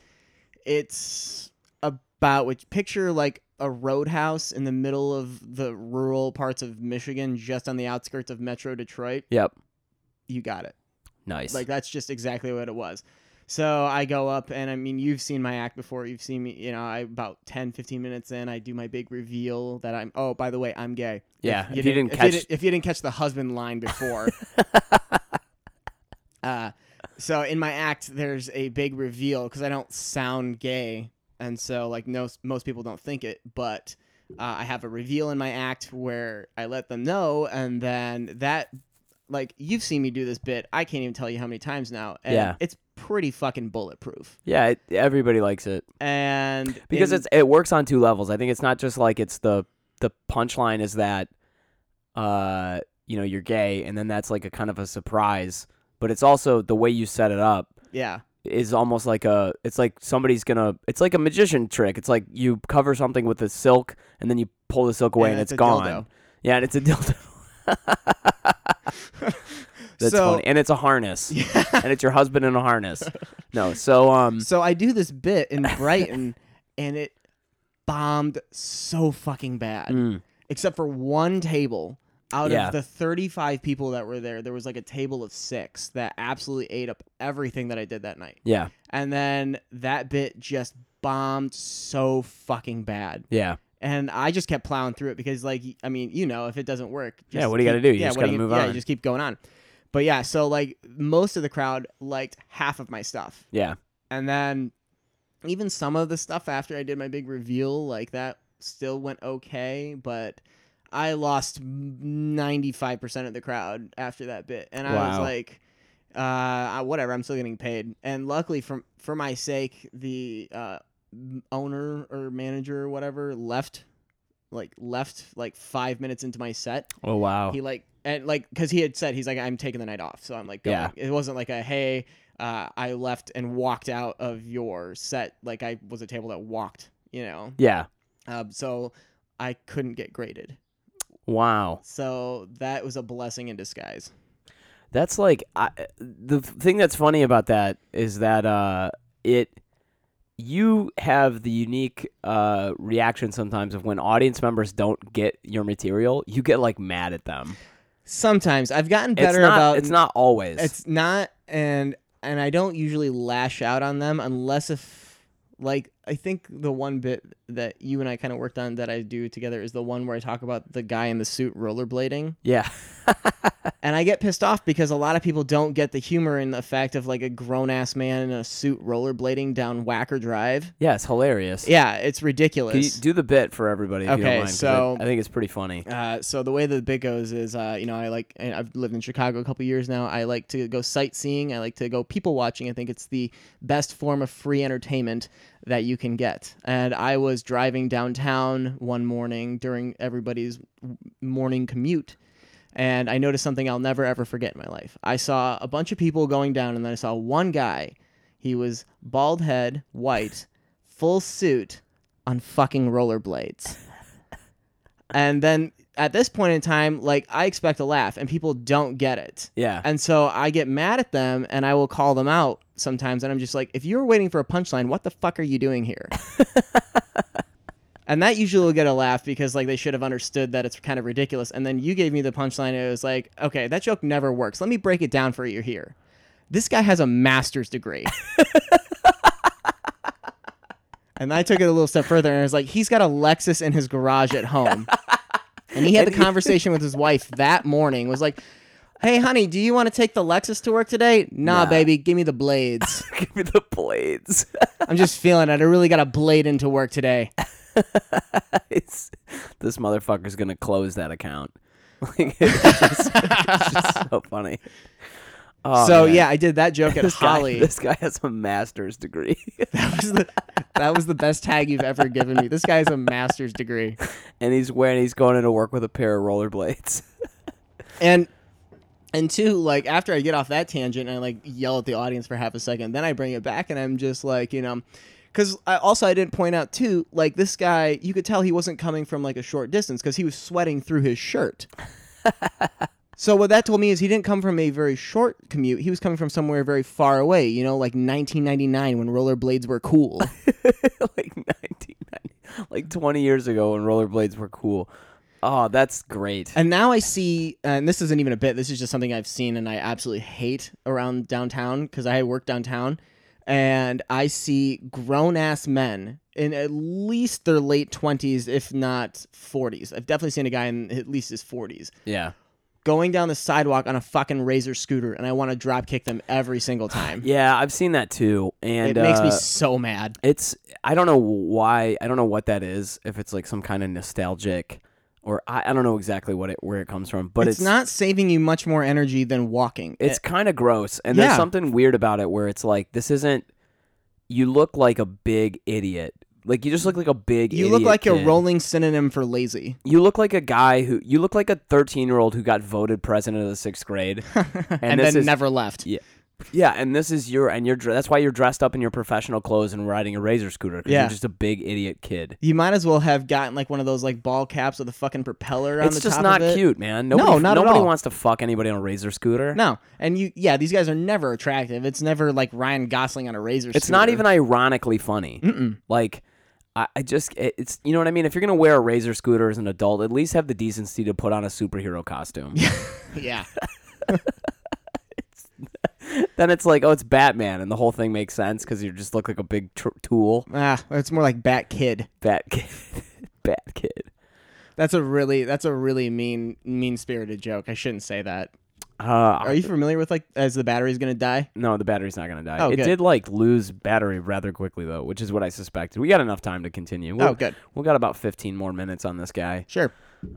Speaker 1: it's about which picture like a roadhouse in the middle of the rural parts of Michigan, just on the outskirts of Metro Detroit.
Speaker 2: Yep.
Speaker 1: You got it.
Speaker 2: Nice.
Speaker 1: Like that's just exactly what it was. So I go up and I mean you've seen my act before. You've seen me, you know, I about 10 15 minutes in I do my big reveal that I'm oh, by the way, I'm gay.
Speaker 2: Yeah,
Speaker 1: If you, didn't, catch if you, didn't, if you didn't catch the husband line before. uh so in my act there's a big reveal cuz I don't sound gay and so like no most people don't think it, but uh, I have a reveal in my act where I let them know, and then that like you've seen me do this bit. I can't even tell you how many times now. And
Speaker 2: Yeah.
Speaker 1: it's pretty fucking bulletproof.
Speaker 2: Yeah, it, everybody likes it
Speaker 1: And
Speaker 2: because
Speaker 1: in-
Speaker 2: it's it works on two levels. I think it's not just like it's the the punchline is that uh you know you're gay and then that's like a kind of a surprise, but it's also the way you set it up
Speaker 1: yeah,
Speaker 2: is almost like a it's like somebody's gonna it's like a magician trick. It's like you cover something with the silk and then you pull the silk away
Speaker 1: And
Speaker 2: and,
Speaker 1: it's
Speaker 2: it's
Speaker 1: a
Speaker 2: gone.
Speaker 1: dildo.
Speaker 2: Yeah, and it's a dildo. That's
Speaker 1: So-
Speaker 2: funny. And it's a harness. and it's your husband in a harness. No, so um
Speaker 1: So I do this bit in Brighton, and it bombed so fucking bad. Except for one table out
Speaker 2: Mm. Yeah.
Speaker 1: of the 35 people that were there, there was like a table of six that absolutely ate up everything that I did that night.
Speaker 2: yeah,
Speaker 1: And then that bit just bombed so fucking bad.
Speaker 2: yeah.
Speaker 1: And I just kept plowing through it because, like, I mean, you know, if it doesn't work, just
Speaker 2: Yeah, what do you gotta
Speaker 1: keep-
Speaker 2: do? You
Speaker 1: yeah,
Speaker 2: just
Speaker 1: what do
Speaker 2: gotta move
Speaker 1: yeah, you
Speaker 2: on.
Speaker 1: just keep going on. But yeah, so like most of the crowd liked half of my stuff
Speaker 2: Yeah.
Speaker 1: and then even some of the stuff after I did my big reveal, like that still went okay, but I lost 95% of the crowd after that bit. And I was
Speaker 2: Wow.
Speaker 1: like, uh, I- whatever, I'm still getting paid. And luckily for, for my sake, the, uh, m- owner or manager or whatever left like left like five minutes into my set
Speaker 2: Oh wow.
Speaker 1: he like and like because he had said he's like i'm taking the night off so i'm like going.
Speaker 2: Yeah.
Speaker 1: it wasn't like a hey uh, i left and walked out of your set like i was a table that walked you know
Speaker 2: yeah.
Speaker 1: um, so i couldn't get graded
Speaker 2: Wow.
Speaker 1: so that was a blessing in disguise
Speaker 2: That's like I, the thing that's funny about that is that uh, it you have the unique uh, reaction sometimes of when audience members don't get your material, you get like mad at them.
Speaker 1: sometimes i've gotten better
Speaker 2: it's not,
Speaker 1: about
Speaker 2: it's not always.
Speaker 1: it's not and and i don't usually lash out on them unless if like i think the one bit that you and i kind of worked on that i do together is the one where i talk about the guy in the suit rollerblading
Speaker 2: yeah,
Speaker 1: And I get pissed off because a lot of people don't get the humor in the fact of like a grown ass man in a suit rollerblading down Whacker Drive.
Speaker 2: yeah, it's hilarious.
Speaker 1: Yeah, it's
Speaker 2: Can you
Speaker 1: ridiculous.
Speaker 2: do the bit for everybody. If you don't
Speaker 1: Okay,
Speaker 2: mind, 'cause
Speaker 1: so-
Speaker 2: I, I think it's pretty funny.
Speaker 1: Uh, so the way that the bit goes is, uh, you know, I like and I've lived in Chicago a couple years now. I like to go sightseeing. I like to go people watching. I think it's the best form of free entertainment that you can get. And I was driving downtown one morning during everybody's w- morning commute, and I noticed something I'll never ever forget in my life. I saw a bunch of people going down, and then I saw one guy. He was bald head, white, full suit, on fucking rollerblades. and then at this point in time, like I expect a laugh, and people don't get it.
Speaker 2: Yeah,
Speaker 1: And so I get mad at them and I will call them out sometimes. And I'm just like, if you're waiting for a punchline, what the fuck are you doing here? and that usually will get a laugh because like they should have understood that it's kind of ridiculous. And then you gave me the punchline. And it was like, okay, that joke never works. Let me break it down for you here. This guy has a master's degree. and I took it a little step further and I was like, he's got a Lexus in his garage at home. And he had the conversation with his wife that morning. Was like, "Hey, honey, do you want to take the Lexus to work today? Nah,
Speaker 2: Nah.
Speaker 1: baby, give me the blades.
Speaker 2: give me the blades.
Speaker 1: I'm just feeling it. I really got to blade into work today."
Speaker 2: it's, this motherfucker's gonna close that account. Like it's just, it's just so funny. Oh,
Speaker 1: so
Speaker 2: man.
Speaker 1: yeah, I did that joke at
Speaker 2: this guy,
Speaker 1: Holly.
Speaker 2: this guy has a master's degree,
Speaker 1: that, was the, that was the best tag you've ever given me. This guy has a master's degree,
Speaker 2: and he's wearing he's going into work with a pair of rollerblades.
Speaker 1: and and two, like after I get off that tangent and I like yell at the audience for half a second, then I bring it back and I'm just like, you know. Because I, also I didn't point out too, like this guy, you could tell he wasn't coming from like a short distance because he was sweating through his shirt. So what that told me is he didn't come from a very short commute. He was coming from somewhere very far away, you know, like 1999 when rollerblades were cool.
Speaker 2: like nineteen ninety, like twenty years ago when rollerblades were cool. Oh, that's great.
Speaker 1: and now I see, and this isn't even a bit. This is just something I've seen and I absolutely hate around downtown because I work downtown, and I see grown ass men in at least their late 20s, if not 40s. I've definitely seen a guy in at least his 40s
Speaker 2: Yeah,
Speaker 1: going down the sidewalk on a fucking razor scooter, and I want to drop kick them every single time.
Speaker 2: yeah, I've seen that too, and
Speaker 1: it makes me
Speaker 2: uh,
Speaker 1: so mad.
Speaker 2: It's I don't know why I don't know what that is. If it's like some kind of nostalgic or I, I don't know exactly what it where it comes from, but
Speaker 1: it's,
Speaker 2: it's,
Speaker 1: not saving you much more energy than walking.
Speaker 2: It's kind of gross, and
Speaker 1: Yeah.
Speaker 2: there's something weird about it where it's like this isn't. You look like a big idiot. Like you just look like a big.
Speaker 1: Eh, you look
Speaker 2: idiot
Speaker 1: like a
Speaker 2: kid.
Speaker 1: rolling synonym for lazy.
Speaker 2: You look like a guy who. You look like a 13 year old who got voted president of the sixth grade.
Speaker 1: and,
Speaker 2: this
Speaker 1: then
Speaker 2: is-
Speaker 1: never left.
Speaker 2: yeah, and this is your and you're. dre- That's why you're dressed up in your professional clothes and riding a razor scooter. 'cause
Speaker 1: Yeah.
Speaker 2: you're just a big idiot kid.
Speaker 1: You might as well have gotten like one of those like ball caps with a fucking propeller on
Speaker 2: It's
Speaker 1: the
Speaker 2: just
Speaker 1: top
Speaker 2: not
Speaker 1: of it.
Speaker 2: cute, man. Nobody,
Speaker 1: not at
Speaker 2: nobody
Speaker 1: all.
Speaker 2: wants to fuck anybody on a razor scooter.
Speaker 1: No, and you, yeah, these guys are never attractive. It's never like Ryan Gosling on a razor.
Speaker 2: It's not even ironically funny. Like, I, I just, it, it's, you know what I mean? If you're going to wear a razor scooter as an adult, at least have the decency to put on a superhero costume.
Speaker 1: Yeah,
Speaker 2: then it's like, oh, it's Batman. And the whole thing makes sense because you just look like a big tr- tool.
Speaker 1: ah, it's more like Bat Kid.
Speaker 2: Bat kid. Bat kid.
Speaker 1: That's a really, that's a really mean, mean spirited joke. I shouldn't say that.
Speaker 2: Uh,
Speaker 1: Are you familiar with like as the battery's gonna die?
Speaker 2: no, the battery's not going to die.
Speaker 1: Oh,
Speaker 2: it
Speaker 1: good.
Speaker 2: did, like, lose battery rather quickly, though, which is what I suspected. We got enough time to continue. We'll,
Speaker 1: Oh, good.
Speaker 2: We'll got about 15 more minutes on this guy.
Speaker 1: Sure.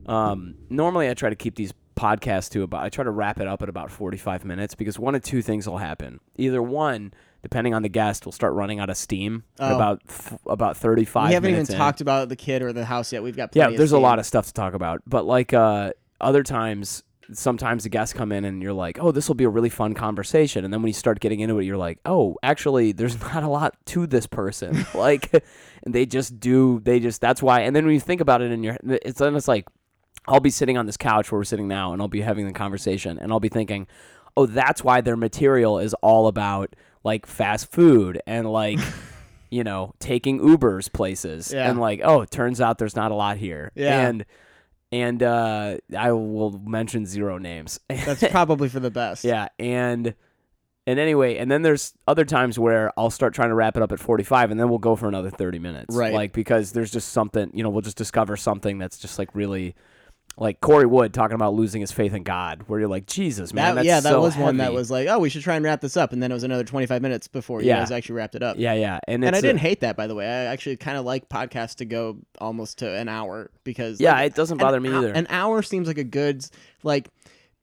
Speaker 2: Um, normally, I try to keep these podcasts to about. I try to wrap it up at about forty-five minutes because one of two things will happen. Either one, depending on the guest, will start running out of steam at
Speaker 1: Oh.
Speaker 2: about f- about thirty-five.
Speaker 1: We haven't even
Speaker 2: minutes in.
Speaker 1: talked about the kid or the house yet. We've got
Speaker 2: Yeah,
Speaker 1: plenty
Speaker 2: there's a lot of stuff to talk about, but like uh, other times. Sometimes the guests come in and you're like, "Oh, this will be a really fun conversation," and then when you start getting into it, you're like, "Oh, actually, there's not a lot to this person." like, and they just do, they just that's why. And then when you think about it in your, it's then it's like, I'll be sitting on this couch where we're sitting now and I'll be having the conversation and I'll be thinking, oh, that's why their material is all about like fast food and like, you know, taking Ubers places.
Speaker 1: Yeah.
Speaker 2: And like, oh, it turns out there's not a lot here.
Speaker 1: Yeah.
Speaker 2: And, and uh, I will mention zero names.
Speaker 1: That's probably for the best.
Speaker 2: Yeah, and and anyway, and then there's other times where I'll start trying to wrap it up at 45, and then we'll go for another 30 minutes,
Speaker 1: Right.
Speaker 2: Like because there's just something, you know, we'll just discover something that's just like really, like Corey Wood talking about losing his faith in God, where you're like, Jesus, man,
Speaker 1: That,
Speaker 2: that's
Speaker 1: yeah, that
Speaker 2: so
Speaker 1: was one that
Speaker 2: heavy."
Speaker 1: was like, oh, we should try and wrap this up, and then it was another 25 minutes before
Speaker 2: Yeah.
Speaker 1: you guys actually wrapped it up.
Speaker 2: yeah, yeah, and,
Speaker 1: and
Speaker 2: it's
Speaker 1: I
Speaker 2: a-
Speaker 1: didn't hate that, by the way. I actually kind of like podcasts to go almost to an hour because
Speaker 2: yeah,
Speaker 1: like,
Speaker 2: it doesn't
Speaker 1: an
Speaker 2: bother me
Speaker 1: hou-
Speaker 2: either.
Speaker 1: An hour seems like a good like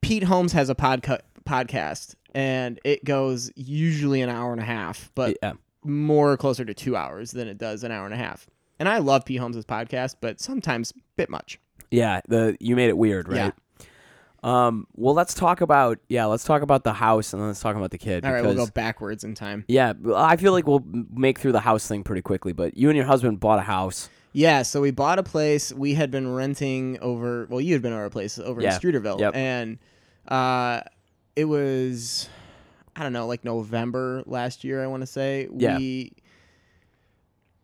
Speaker 1: Pete Holmes has a podca- podcast and it goes usually an hour and a half, but
Speaker 2: yeah,
Speaker 1: more closer to two hours than it does an hour and a half. And I love Pete Holmes' podcast, but sometimes a bit much.
Speaker 2: yeah, the you made it weird,
Speaker 1: Yeah.
Speaker 2: right? Um, well, let's talk about yeah, let's talk about the house, and then let's talk about the kid.
Speaker 1: All right,
Speaker 2: because,
Speaker 1: we'll go backwards in time.
Speaker 2: Yeah, well, I feel like we'll m- make through the house thing pretty quickly. But you and your husband bought a house.
Speaker 1: Yeah, so we bought a place. We had been renting over. Well, you had been over a place over
Speaker 2: Yeah,
Speaker 1: in Streeterville,
Speaker 2: yep.
Speaker 1: and uh, it was I don't know, like November last year. I want to say
Speaker 2: Yeah.
Speaker 1: we.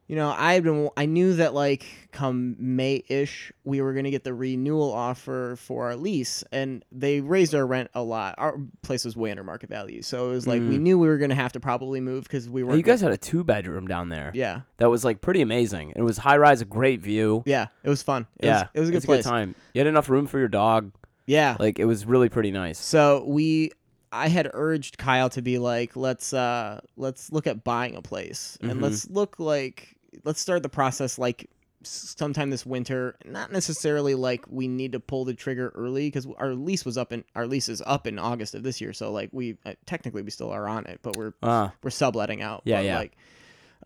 Speaker 1: You know, I had been. I knew that like come May ish, we were gonna get the renewal offer for our lease, and they raised our rent a lot. Our place was way under market value, so it was like we knew we were gonna have to probably move because we
Speaker 2: Well,
Speaker 1: were.
Speaker 2: Mm. you guys had a two bedroom down there.
Speaker 1: yeah,
Speaker 2: That was like pretty amazing. It was high rise, a great view.
Speaker 1: yeah, it was fun. It
Speaker 2: yeah,
Speaker 1: was, it was a good
Speaker 2: it's
Speaker 1: place.
Speaker 2: time. You had enough room for your dog.
Speaker 1: Yeah,
Speaker 2: Like it was really pretty nice.
Speaker 1: So we I had urged Kyle to be like, let's uh let's look at buying a place and
Speaker 2: Mm-hmm.
Speaker 1: let's look like let's start the process like s- sometime this winter. Not necessarily like we need to pull the trigger early cuz our lease was up in our lease is up in August of this year. So like we uh, technically we still are on it, but we're
Speaker 2: Uh,
Speaker 1: we're subletting out.
Speaker 2: Yeah,
Speaker 1: but,
Speaker 2: yeah.
Speaker 1: Like,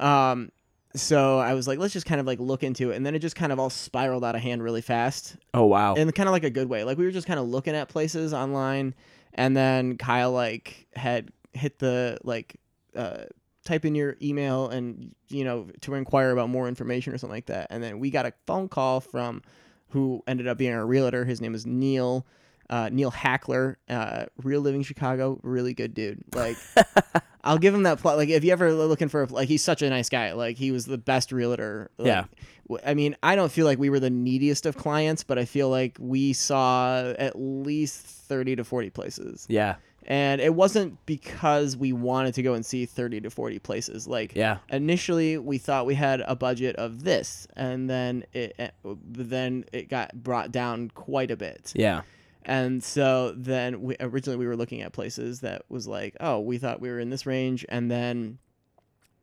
Speaker 1: um, so I was like, let's just kind of like look into it, and then it just kind of all spiraled out of hand really fast
Speaker 2: oh wow.
Speaker 1: in kind of like a good way. Like we were just kind of looking at places online, and then Kyle like had hit the like uh, type in your email and you know to inquire about more information or something like that. And then we got a phone call from who ended up being our realtor. His name is Neil. Uh, Neil Hackler, uh, real living Chicago, really good dude. Like, I'll give him that plot. Like, if you ever looking for, a, like, he's such a nice guy. Like, he was the best realtor. Like,
Speaker 2: Yeah.
Speaker 1: w- I mean, I don't feel like we were the neediest of clients, but I feel like we saw at least 30 to 40 places.
Speaker 2: yeah,
Speaker 1: And it wasn't because we wanted to go and see 30 to 40 places. Like,
Speaker 2: yeah,
Speaker 1: initially we thought we had a budget of this, and then it eh, then it got brought down quite a bit.
Speaker 2: yeah,
Speaker 1: And so then we originally we were looking at places that was like, oh, we thought we were in this range, and then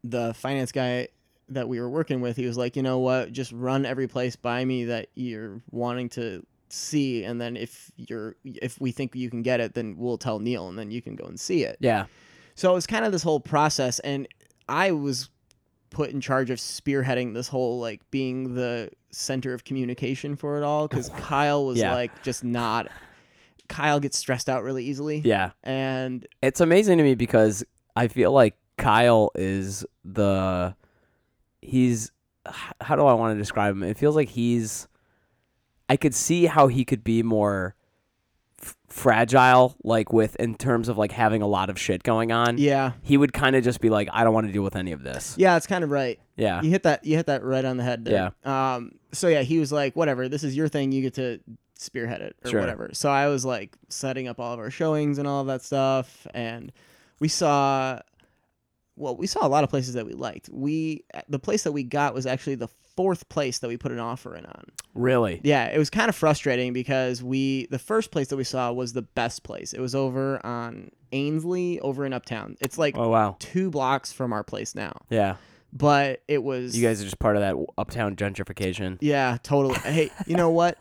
Speaker 1: the finance guy that we were working with, he was like, you know what, just run every place by me that you're wanting to see, and then if you're if we think you can get it, then we'll tell Neil, and then you can go and see it.
Speaker 2: Yeah.
Speaker 1: So it was kind of this whole process, and I was put in charge of spearheading this whole like being the center of communication for it all because Kyle was
Speaker 2: Yeah.
Speaker 1: like just not. Kyle gets stressed out really easily,
Speaker 2: Yeah.
Speaker 1: and
Speaker 2: It's amazing to me because I feel like Kyle is the he's h- how do I want to describe him? It feels like he's I could see how he could be more f- fragile like with in terms of like having a lot of shit going on.
Speaker 1: yeah,
Speaker 2: He would kind of just be like I don't want to deal with any of this.
Speaker 1: yeah, it's kind of right.
Speaker 2: Yeah.
Speaker 1: You hit that. You hit that right on the head. There. Yeah. Um. So yeah, he was like, "Whatever, this is your thing. You get to spearhead it or
Speaker 2: Sure.
Speaker 1: whatever." So I was like setting up all of our showings and all of that stuff, and we saw, well, we saw a lot of places that we liked. We uh, the place that we got was actually the fourth place that we put an offer in on.
Speaker 2: Really?
Speaker 1: Yeah, it was kind of frustrating because we the first place that we saw was the best place. It was over on Ainsley, over in Uptown. It's like
Speaker 2: Oh wow.
Speaker 1: two blocks from our place now,
Speaker 2: Yeah.
Speaker 1: but it was
Speaker 2: You guys are just part of that uptown gentrification.
Speaker 1: Yeah, totally. Hey, you know what?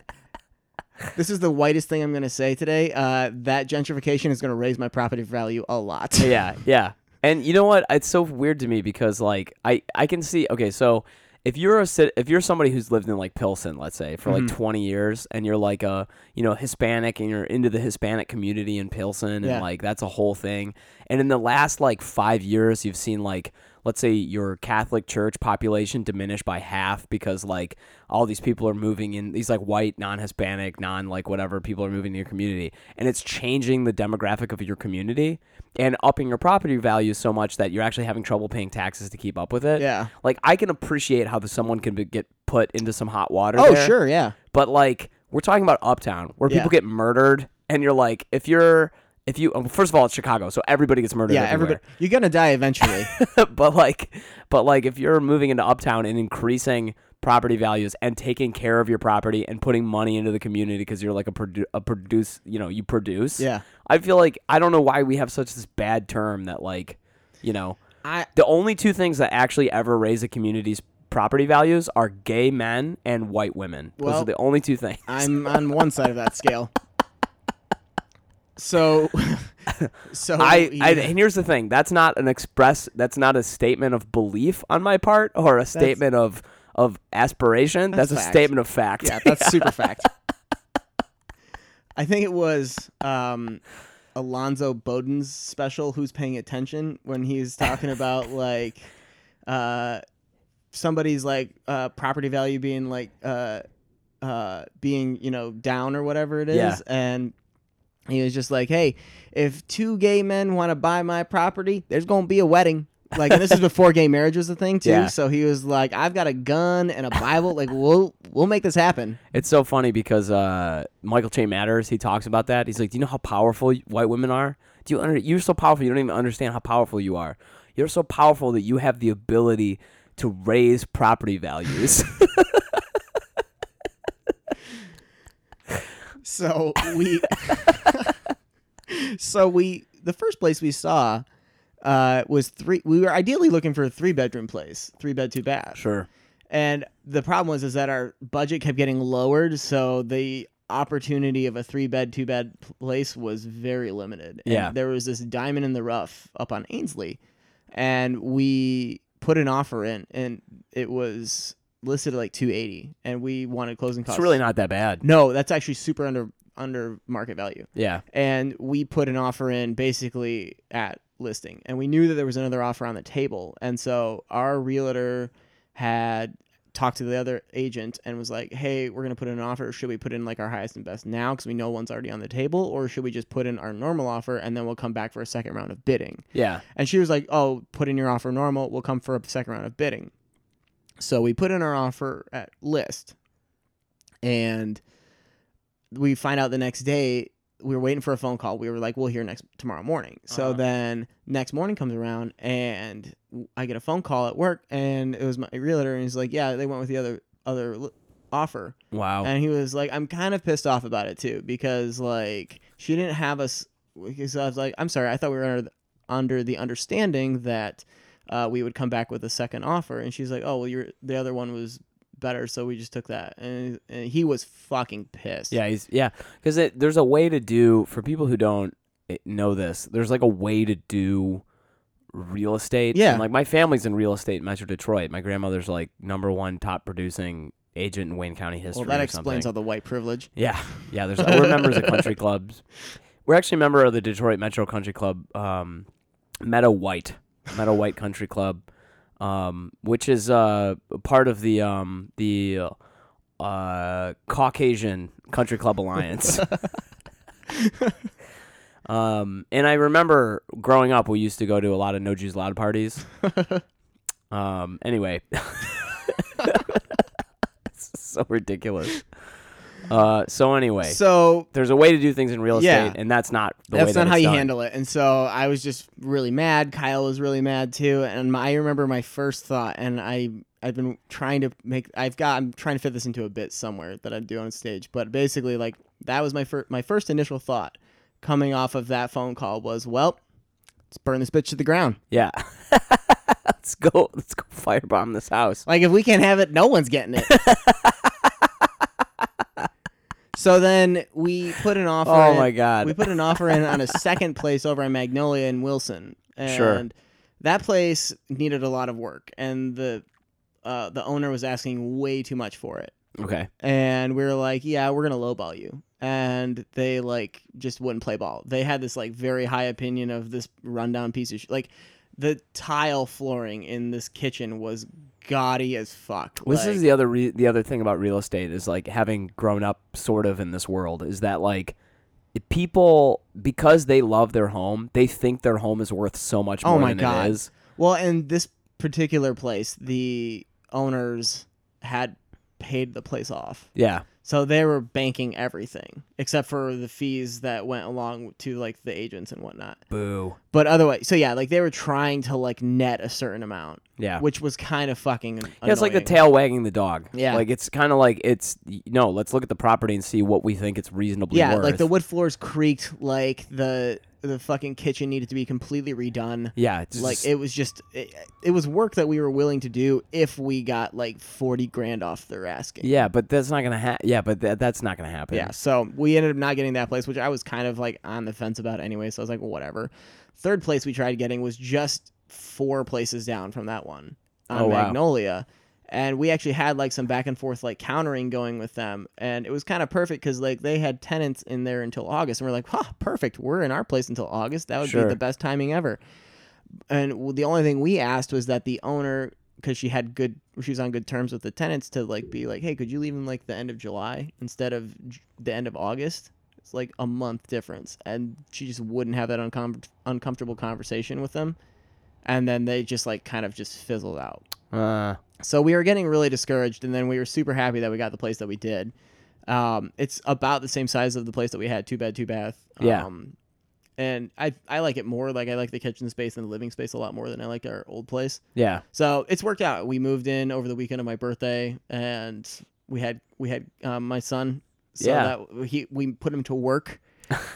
Speaker 1: This is the whitest thing I'm gonna say today. Uh, that gentrification is gonna raise my property value a lot.
Speaker 2: yeah, yeah. And you know what? It's so weird to me because like I I can see okay, so if you're a cit- if you're somebody who's lived in like Pilsen, let's say, for like 20 years and you're like a, you know, Hispanic and you're into the Hispanic community in Pilsen
Speaker 1: Yeah.
Speaker 2: and like that's a whole thing. And in the last like 5 years you've seen like let's say your Catholic church population diminish by half because like all these people are moving in these like white, non-Hispanic, non like whatever people are moving to your community, and it's changing the demographic of your community and upping your property value so much that you're actually having trouble paying taxes to keep up with it.
Speaker 1: Yeah.
Speaker 2: like I can appreciate how the, someone can be, get put into some hot water.
Speaker 1: Oh,
Speaker 2: there,
Speaker 1: sure, yeah.
Speaker 2: but like we're talking about uptown where
Speaker 1: Yeah.
Speaker 2: people get murdered, and you're like, if you're if you well, first of all, it's Chicago, so everybody gets murdered.
Speaker 1: Yeah,
Speaker 2: everywhere
Speaker 1: everybody you're gonna die eventually.
Speaker 2: but like but like if you're moving into uptown and increasing property values and taking care of your property and putting money into the community because you're like a, produ- a produce you know you produce
Speaker 1: Yeah.
Speaker 2: i feel like i don't know why we have such this bad term that like you know
Speaker 1: I
Speaker 2: the only two things that actually ever raise a community's property values are gay men and white women those
Speaker 1: Well,
Speaker 2: are the only two things
Speaker 1: I'm on one side of that scale. So so
Speaker 2: I, I
Speaker 1: yeah.
Speaker 2: and here's the thing. That's not an express. That's not a statement of belief on my part, or a statement of of aspiration. That's,
Speaker 1: That's
Speaker 2: a
Speaker 1: fact.
Speaker 2: statement of fact.
Speaker 1: Yeah, that's super fact. I think it was um, Alonzo Bowden's special, Who's Paying Attention, when he's talking about like uh, somebody's like uh, property value being like uh, uh, being, you know, down or whatever it is.
Speaker 2: Yeah.
Speaker 1: And he was just like, hey, if two gay men want to buy my property, there's going to be a wedding. Like, and this is before gay marriage was a thing too.
Speaker 2: Yeah.
Speaker 1: So he was like, I've got a gun and a Bible. Like, we'll, we'll make this happen.
Speaker 2: It's so funny because uh, Michael Che Matters he talks about that. He's like, do you know how powerful white women are? Do you under- you're so powerful you don't even understand how powerful you are. You're so powerful that you have the ability to raise property values.
Speaker 1: So we, so we, the first place we saw uh, was three. We were ideally looking for a three bedroom place, three bed, two bath.
Speaker 2: sure.
Speaker 1: And the problem was is that our budget kept getting lowered, so the opportunity of a three bed, two bed p- place was very limited. And
Speaker 2: Yeah.
Speaker 1: there was this diamond in the rough up on Ainsley, and we put an offer in, and it was listed at like two eighty, and we wanted closing costs.
Speaker 2: It's really not that bad.
Speaker 1: No, that's actually super under under market value.
Speaker 2: Yeah.
Speaker 1: And we put an offer in basically at listing. And we knew that there was another offer on the table. And so our realtor had talked to the other agent and was like, "Hey, we're going to put in an offer. Should we put in like our highest and best now cuz we know one's already on the table or should we just put in our normal offer and then we'll come back for a second round of bidding?"
Speaker 2: Yeah.
Speaker 1: And she was like, "Oh, put in your offer normal. We'll come for a second round of bidding." So we put in our offer at list, and we find out the next day we were waiting for a phone call. We were like, "We'll hear next tomorrow morning." So
Speaker 2: Uh-huh.
Speaker 1: then next morning comes around, and I get a phone call at work, and it was my realtor, and he's like, "Yeah, they went with the other other l- offer."
Speaker 2: Wow.
Speaker 1: And he was like, I'm kind of pissed off about it too because like she didn't have us. Because I was like, I'm sorry, I thought we were under the, under the understanding that uh, we would come back with a second offer, and she's like, "Oh, well, you're the other one was better, so we just took that." And, and he was fucking pissed.
Speaker 2: Yeah, he's yeah, because there's a way to do for people who don't eh, know this. There's like a way to do real estate.
Speaker 1: Yeah.
Speaker 2: and like my family's in real estate in Metro Detroit. My grandmother's like number one top producing agent in Wayne County history.
Speaker 1: Well, that
Speaker 2: or
Speaker 1: explains
Speaker 2: something.
Speaker 1: all the white privilege.
Speaker 2: Yeah, yeah. There's we're members of country clubs. We're actually a member of the Detroit Metro Country Club, um, Meadow White, Meadow White Country Club, um, which is uh, part of the um, the uh, Caucasian Country Club Alliance. um, and I remember growing up, we used to go to a lot of No Jews Loud parties. um, anyway, It's so ridiculous. Uh, so anyway,
Speaker 1: So
Speaker 2: there's a way to do things in real estate,
Speaker 1: Yeah.
Speaker 2: and that's not the way
Speaker 1: that's
Speaker 2: that
Speaker 1: not how
Speaker 2: it's
Speaker 1: you
Speaker 2: done.
Speaker 1: handle it. And so I was just really mad. Kyle was really mad too. And my, I remember my first thought, and I I've been trying to make I've got I'm trying to fit this into a bit somewhere that I do on stage. But basically, like that was my first my first initial thought coming off of that phone call was, well, let's burn this bitch to the ground.
Speaker 2: Yeah, let's go. Let's go firebomb this house.
Speaker 1: Like if we can't have it, no one's getting it. so then we put an offer.
Speaker 2: Oh
Speaker 1: in-
Speaker 2: my God.
Speaker 1: We put an offer in on a second place over in Magnolia and Wilson, and
Speaker 2: Sure.
Speaker 1: that place needed a lot of work, and the uh, the owner was asking way too much for it,
Speaker 2: Okay.
Speaker 1: and we were like, yeah, we're gonna lowball you. And they like just wouldn't play ball. They had this like very high opinion of this rundown piece of sh- like the tile flooring in this kitchen was gaudy as fuck.
Speaker 2: Well,
Speaker 1: Like-
Speaker 2: this is the other re- the other thing about real estate is like having grown up sort of in this world is that like if people because they love their home they think their home is worth so much more
Speaker 1: Oh my
Speaker 2: than
Speaker 1: God.
Speaker 2: it is.
Speaker 1: Well, in this particular place, the owners had paid the place off.
Speaker 2: Yeah.
Speaker 1: So they were banking everything except for the fees that went along to like the agents and whatnot.
Speaker 2: Boo.
Speaker 1: But otherwise, so yeah, like they were trying to like net a certain amount,
Speaker 2: Yeah.
Speaker 1: which was kind of fucking.
Speaker 2: Ah. Yeah, it's like the
Speaker 1: annoying.
Speaker 2: tail wagging the dog.
Speaker 1: Yeah.
Speaker 2: Like it's kind of like it's y- no. Let's look at the property and see what we think it's reasonably
Speaker 1: Yeah,
Speaker 2: worth.
Speaker 1: like the wood floors creaked. Like the the fucking kitchen needed to be completely redone.
Speaker 2: yeah. It's
Speaker 1: Like
Speaker 2: just-
Speaker 1: it was just it, it was work that we were willing to do if we got like forty grand off their asking.
Speaker 2: Yeah, but that's not gonna happen. Yeah, but tha- that's not gonna happen.
Speaker 1: Yeah, so we ended up not getting that place, which I was kind of like on the fence about anyway. So I was like, well, whatever. Third place we tried getting was just four places down from that one on
Speaker 2: Oh, wow.
Speaker 1: Magnolia. And we actually had like some back and forth like countering going with them. And it was kind of perfect because like they had tenants in there until August. And we're like, huh, perfect. We're in our place until August. That would
Speaker 2: Sure.
Speaker 1: be the best timing ever. And w- the only thing we asked was that the owner, because she had good, she was on good terms with the tenants, to like be like, hey, could you leave in like the end of July instead of j- the end of August? It's like a month difference, and she just wouldn't have that uncom- uncomfortable conversation with them, and then they just like kind of just fizzled out.
Speaker 2: Uh,
Speaker 1: So we were getting really discouraged, and then we were super happy that we got the place that we did. Um, it's about the same size of the place that we had, two bed, two bath.
Speaker 2: Yeah.
Speaker 1: Um, and I I like it more. Like I like the kitchen space and the living space a lot more than I liked our old place.
Speaker 2: yeah.
Speaker 1: So it's worked out. We moved in over the weekend of my birthday, and we had we had um, my son. So
Speaker 2: Yeah.
Speaker 1: that he we put him to work.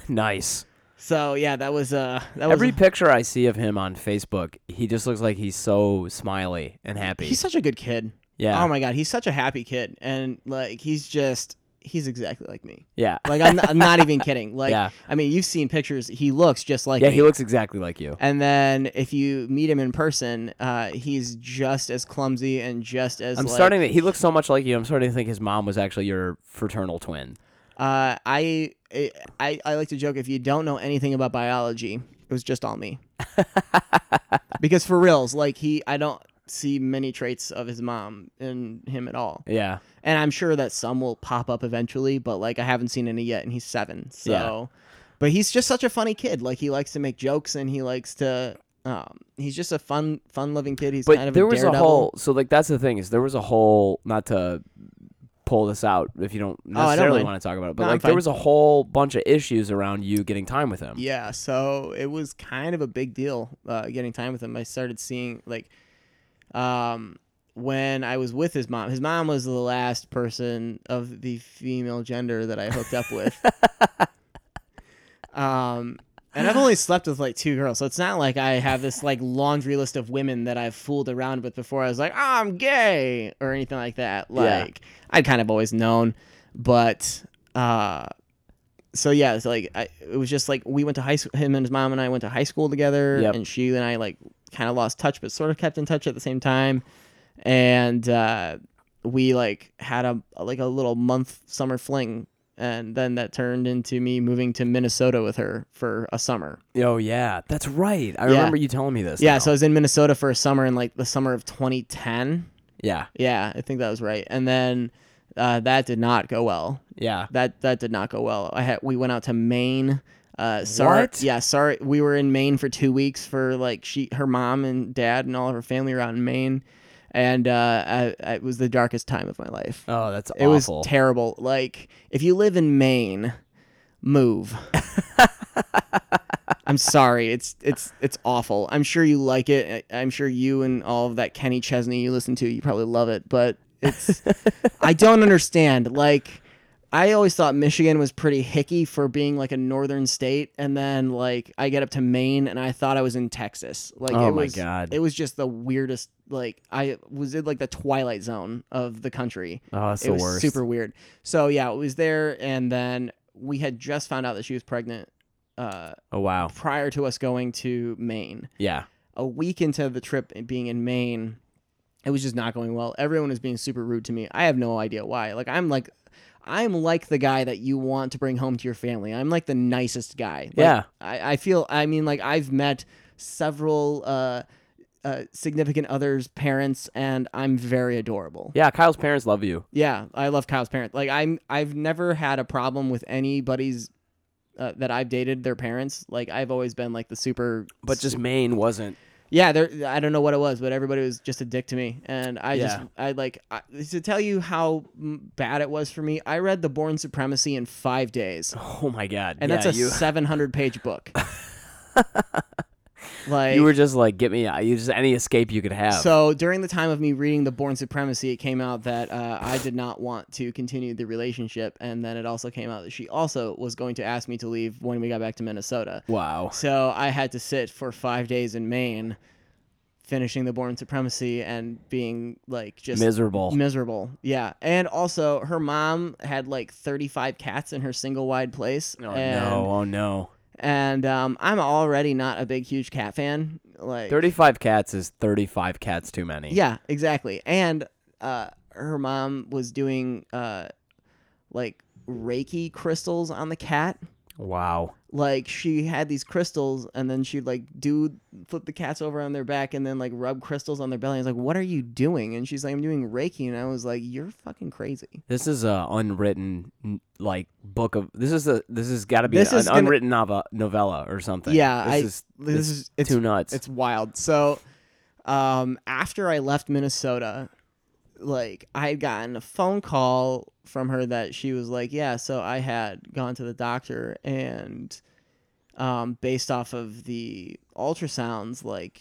Speaker 2: Nice.
Speaker 1: So yeah, that was uh that
Speaker 2: Every
Speaker 1: was
Speaker 2: picture I see of him on Facebook, he just looks like he's so smiley and happy.
Speaker 1: he's such a good kid.
Speaker 2: yeah.
Speaker 1: Oh my god, he's such a happy kid, and like he's just he's exactly like me.
Speaker 2: yeah.
Speaker 1: Like I'm, I'm not even kidding. Like
Speaker 2: Yeah.
Speaker 1: I mean, you've seen pictures. He looks just like
Speaker 2: Yeah,
Speaker 1: me.
Speaker 2: he looks exactly like you.
Speaker 1: and then if you meet him in person, uh, he's just as clumsy and just as.
Speaker 2: I'm
Speaker 1: like,
Speaker 2: starting to. He looks so much like you. I'm starting to think his mom was actually your fraternal twin.
Speaker 1: Uh, I, I I like to joke if you don't know anything about biology, it was just all me. because for reals, like he, I don't see many traits of his mom in him at all,
Speaker 2: Yeah.
Speaker 1: and I'm sure that some will pop up eventually, but like I haven't seen any yet, and he's seven, so.
Speaker 2: Yeah.
Speaker 1: But he's just such a funny kid. Like he likes to make jokes, and he likes to. Um, he's just a fun, fun-loving kid. He's
Speaker 2: But
Speaker 1: kind of
Speaker 2: there was
Speaker 1: daredevil.
Speaker 2: a whole. So like that's the thing is there was a whole. Not to pull this out if you don't
Speaker 1: Oh, I don't
Speaker 2: necessarily
Speaker 1: mind.
Speaker 2: want to talk about it, but
Speaker 1: No, I'm
Speaker 2: like there
Speaker 1: fine.
Speaker 2: was a whole bunch of issues around you getting time with him.
Speaker 1: Yeah, so it was kind of a big deal uh, getting time with him. I started seeing like um, when I was with his mom. His mom was the last person of the female gender that I hooked up with. um, And I've only slept with like two girls, so it's not like I have this like laundry list of women that I've fooled around with before. I was like, oh, I'm gay or anything like that.
Speaker 2: Yeah.
Speaker 1: Like I'd kind of always known, but uh, so yeah, it's like I, it was just like we went to high school. Him and his mom and I went to high school together,
Speaker 2: Yep.
Speaker 1: and she and I like kind of lost touch, but sort of kept in touch at the same time. And uh, we like had a like a little month summer fling, and then that turned into me moving to Minnesota with her for a summer.
Speaker 2: Oh yeah, that's right. I
Speaker 1: Yeah.
Speaker 2: remember you telling me this.
Speaker 1: Yeah,
Speaker 2: now.
Speaker 1: so I was in Minnesota for a summer in like the summer of 2010.
Speaker 2: yeah,
Speaker 1: Yeah, I think that was right. And then uh, that did not go well.
Speaker 2: yeah.
Speaker 1: That that did not go well. I had we went out to Maine. Uh, sorry,
Speaker 2: What?
Speaker 1: yeah, sorry. We were in Maine for two weeks for like she, her mom and dad and all of her family were out in Maine, and uh, I, I, it was the darkest time of my life.
Speaker 2: Oh, that's
Speaker 1: it
Speaker 2: awful.
Speaker 1: was terrible. Like if you live in Maine, move. I'm sorry. It's it's it's awful. I'm sure you like it. I- I'm sure you and all of that Kenny Chesney you listen to, you probably love it. But it's I don't understand. Like I always thought Michigan was pretty hicky for being like a northern state, and then like I get up to Maine and I thought I was in Texas. Like
Speaker 2: Oh
Speaker 1: it
Speaker 2: my
Speaker 1: was,
Speaker 2: God.
Speaker 1: it was just the weirdest. Like I was in like the twilight zone of the country
Speaker 2: oh, that's
Speaker 1: it
Speaker 2: the
Speaker 1: was
Speaker 2: worst.
Speaker 1: super weird. So yeah, it was there, and then we had just found out that she was pregnant uh,
Speaker 2: oh wow.
Speaker 1: prior to us going to Maine.
Speaker 2: Yeah.
Speaker 1: A week into the trip and being in Maine, it was just not going well. Everyone was being super rude to me. I have no idea why. Like I'm like. I'm like the guy that you want to bring home to your family. I'm like the nicest guy. Like,
Speaker 2: Yeah.
Speaker 1: I, I feel, I mean, like I've met several uh, uh, significant others' parents, and I'm very adorable.
Speaker 2: Yeah. Kyle's parents love you.
Speaker 1: Yeah, I love Kyle's parents. Like I'm, I've never had a problem with anybody's uh, that I've dated their parents. Like I've always been like the super,
Speaker 2: But just Maine wasn't.
Speaker 1: yeah. There, I don't know what it was, but everybody was just a dick to me, and I just,
Speaker 2: Yeah.
Speaker 1: I like I, to tell you how mm, bad it was for me. I read The Born Supremacy in five days,
Speaker 2: Oh my god.
Speaker 1: and
Speaker 2: yeah,
Speaker 1: that's a
Speaker 2: you,
Speaker 1: 700 page book. like
Speaker 2: you were just like, get me out. You just any escape you could have.
Speaker 1: So during the time of me reading The Born Supremacy, it came out that uh, I did not want to continue the relationship, and then it also came out that she also was going to ask me to leave when we got back to Minnesota.
Speaker 2: wow.
Speaker 1: So I had to sit for five days in Maine, finishing The Born Supremacy and being like just
Speaker 2: Miserable.
Speaker 1: miserable. Yeah, and also her mom had like thirty-five cats in her single wide place.
Speaker 2: oh
Speaker 1: and,
Speaker 2: no. Oh no.
Speaker 1: And um, I'm already not a big huge cat fan. Like
Speaker 2: 35 cats is 35 cats too many.
Speaker 1: Yeah, exactly. And uh, her mom was doing uh, like Reiki crystals on the cat.
Speaker 2: Wow.
Speaker 1: Like she had these crystals, and then she'd like do flip the cats over on their back, and then like rub crystals on their belly. I was like, "What are you doing?" And she's like, "I'm doing Reiki," and I was like, "You're fucking crazy."
Speaker 2: This is a unwritten n- like book of this is a this has got to be
Speaker 1: This
Speaker 2: an
Speaker 1: is gonna-
Speaker 2: unwritten nova, novella or something.
Speaker 1: Yeah,
Speaker 2: This
Speaker 1: I-
Speaker 2: is
Speaker 1: This is it's
Speaker 2: too nuts.
Speaker 1: It's wild. So, um, after I left Minnesota, like I had gotten a phone call from her that she was like, "Yeah, so I had gone to the doctor, and um, based off of the ultrasounds, like,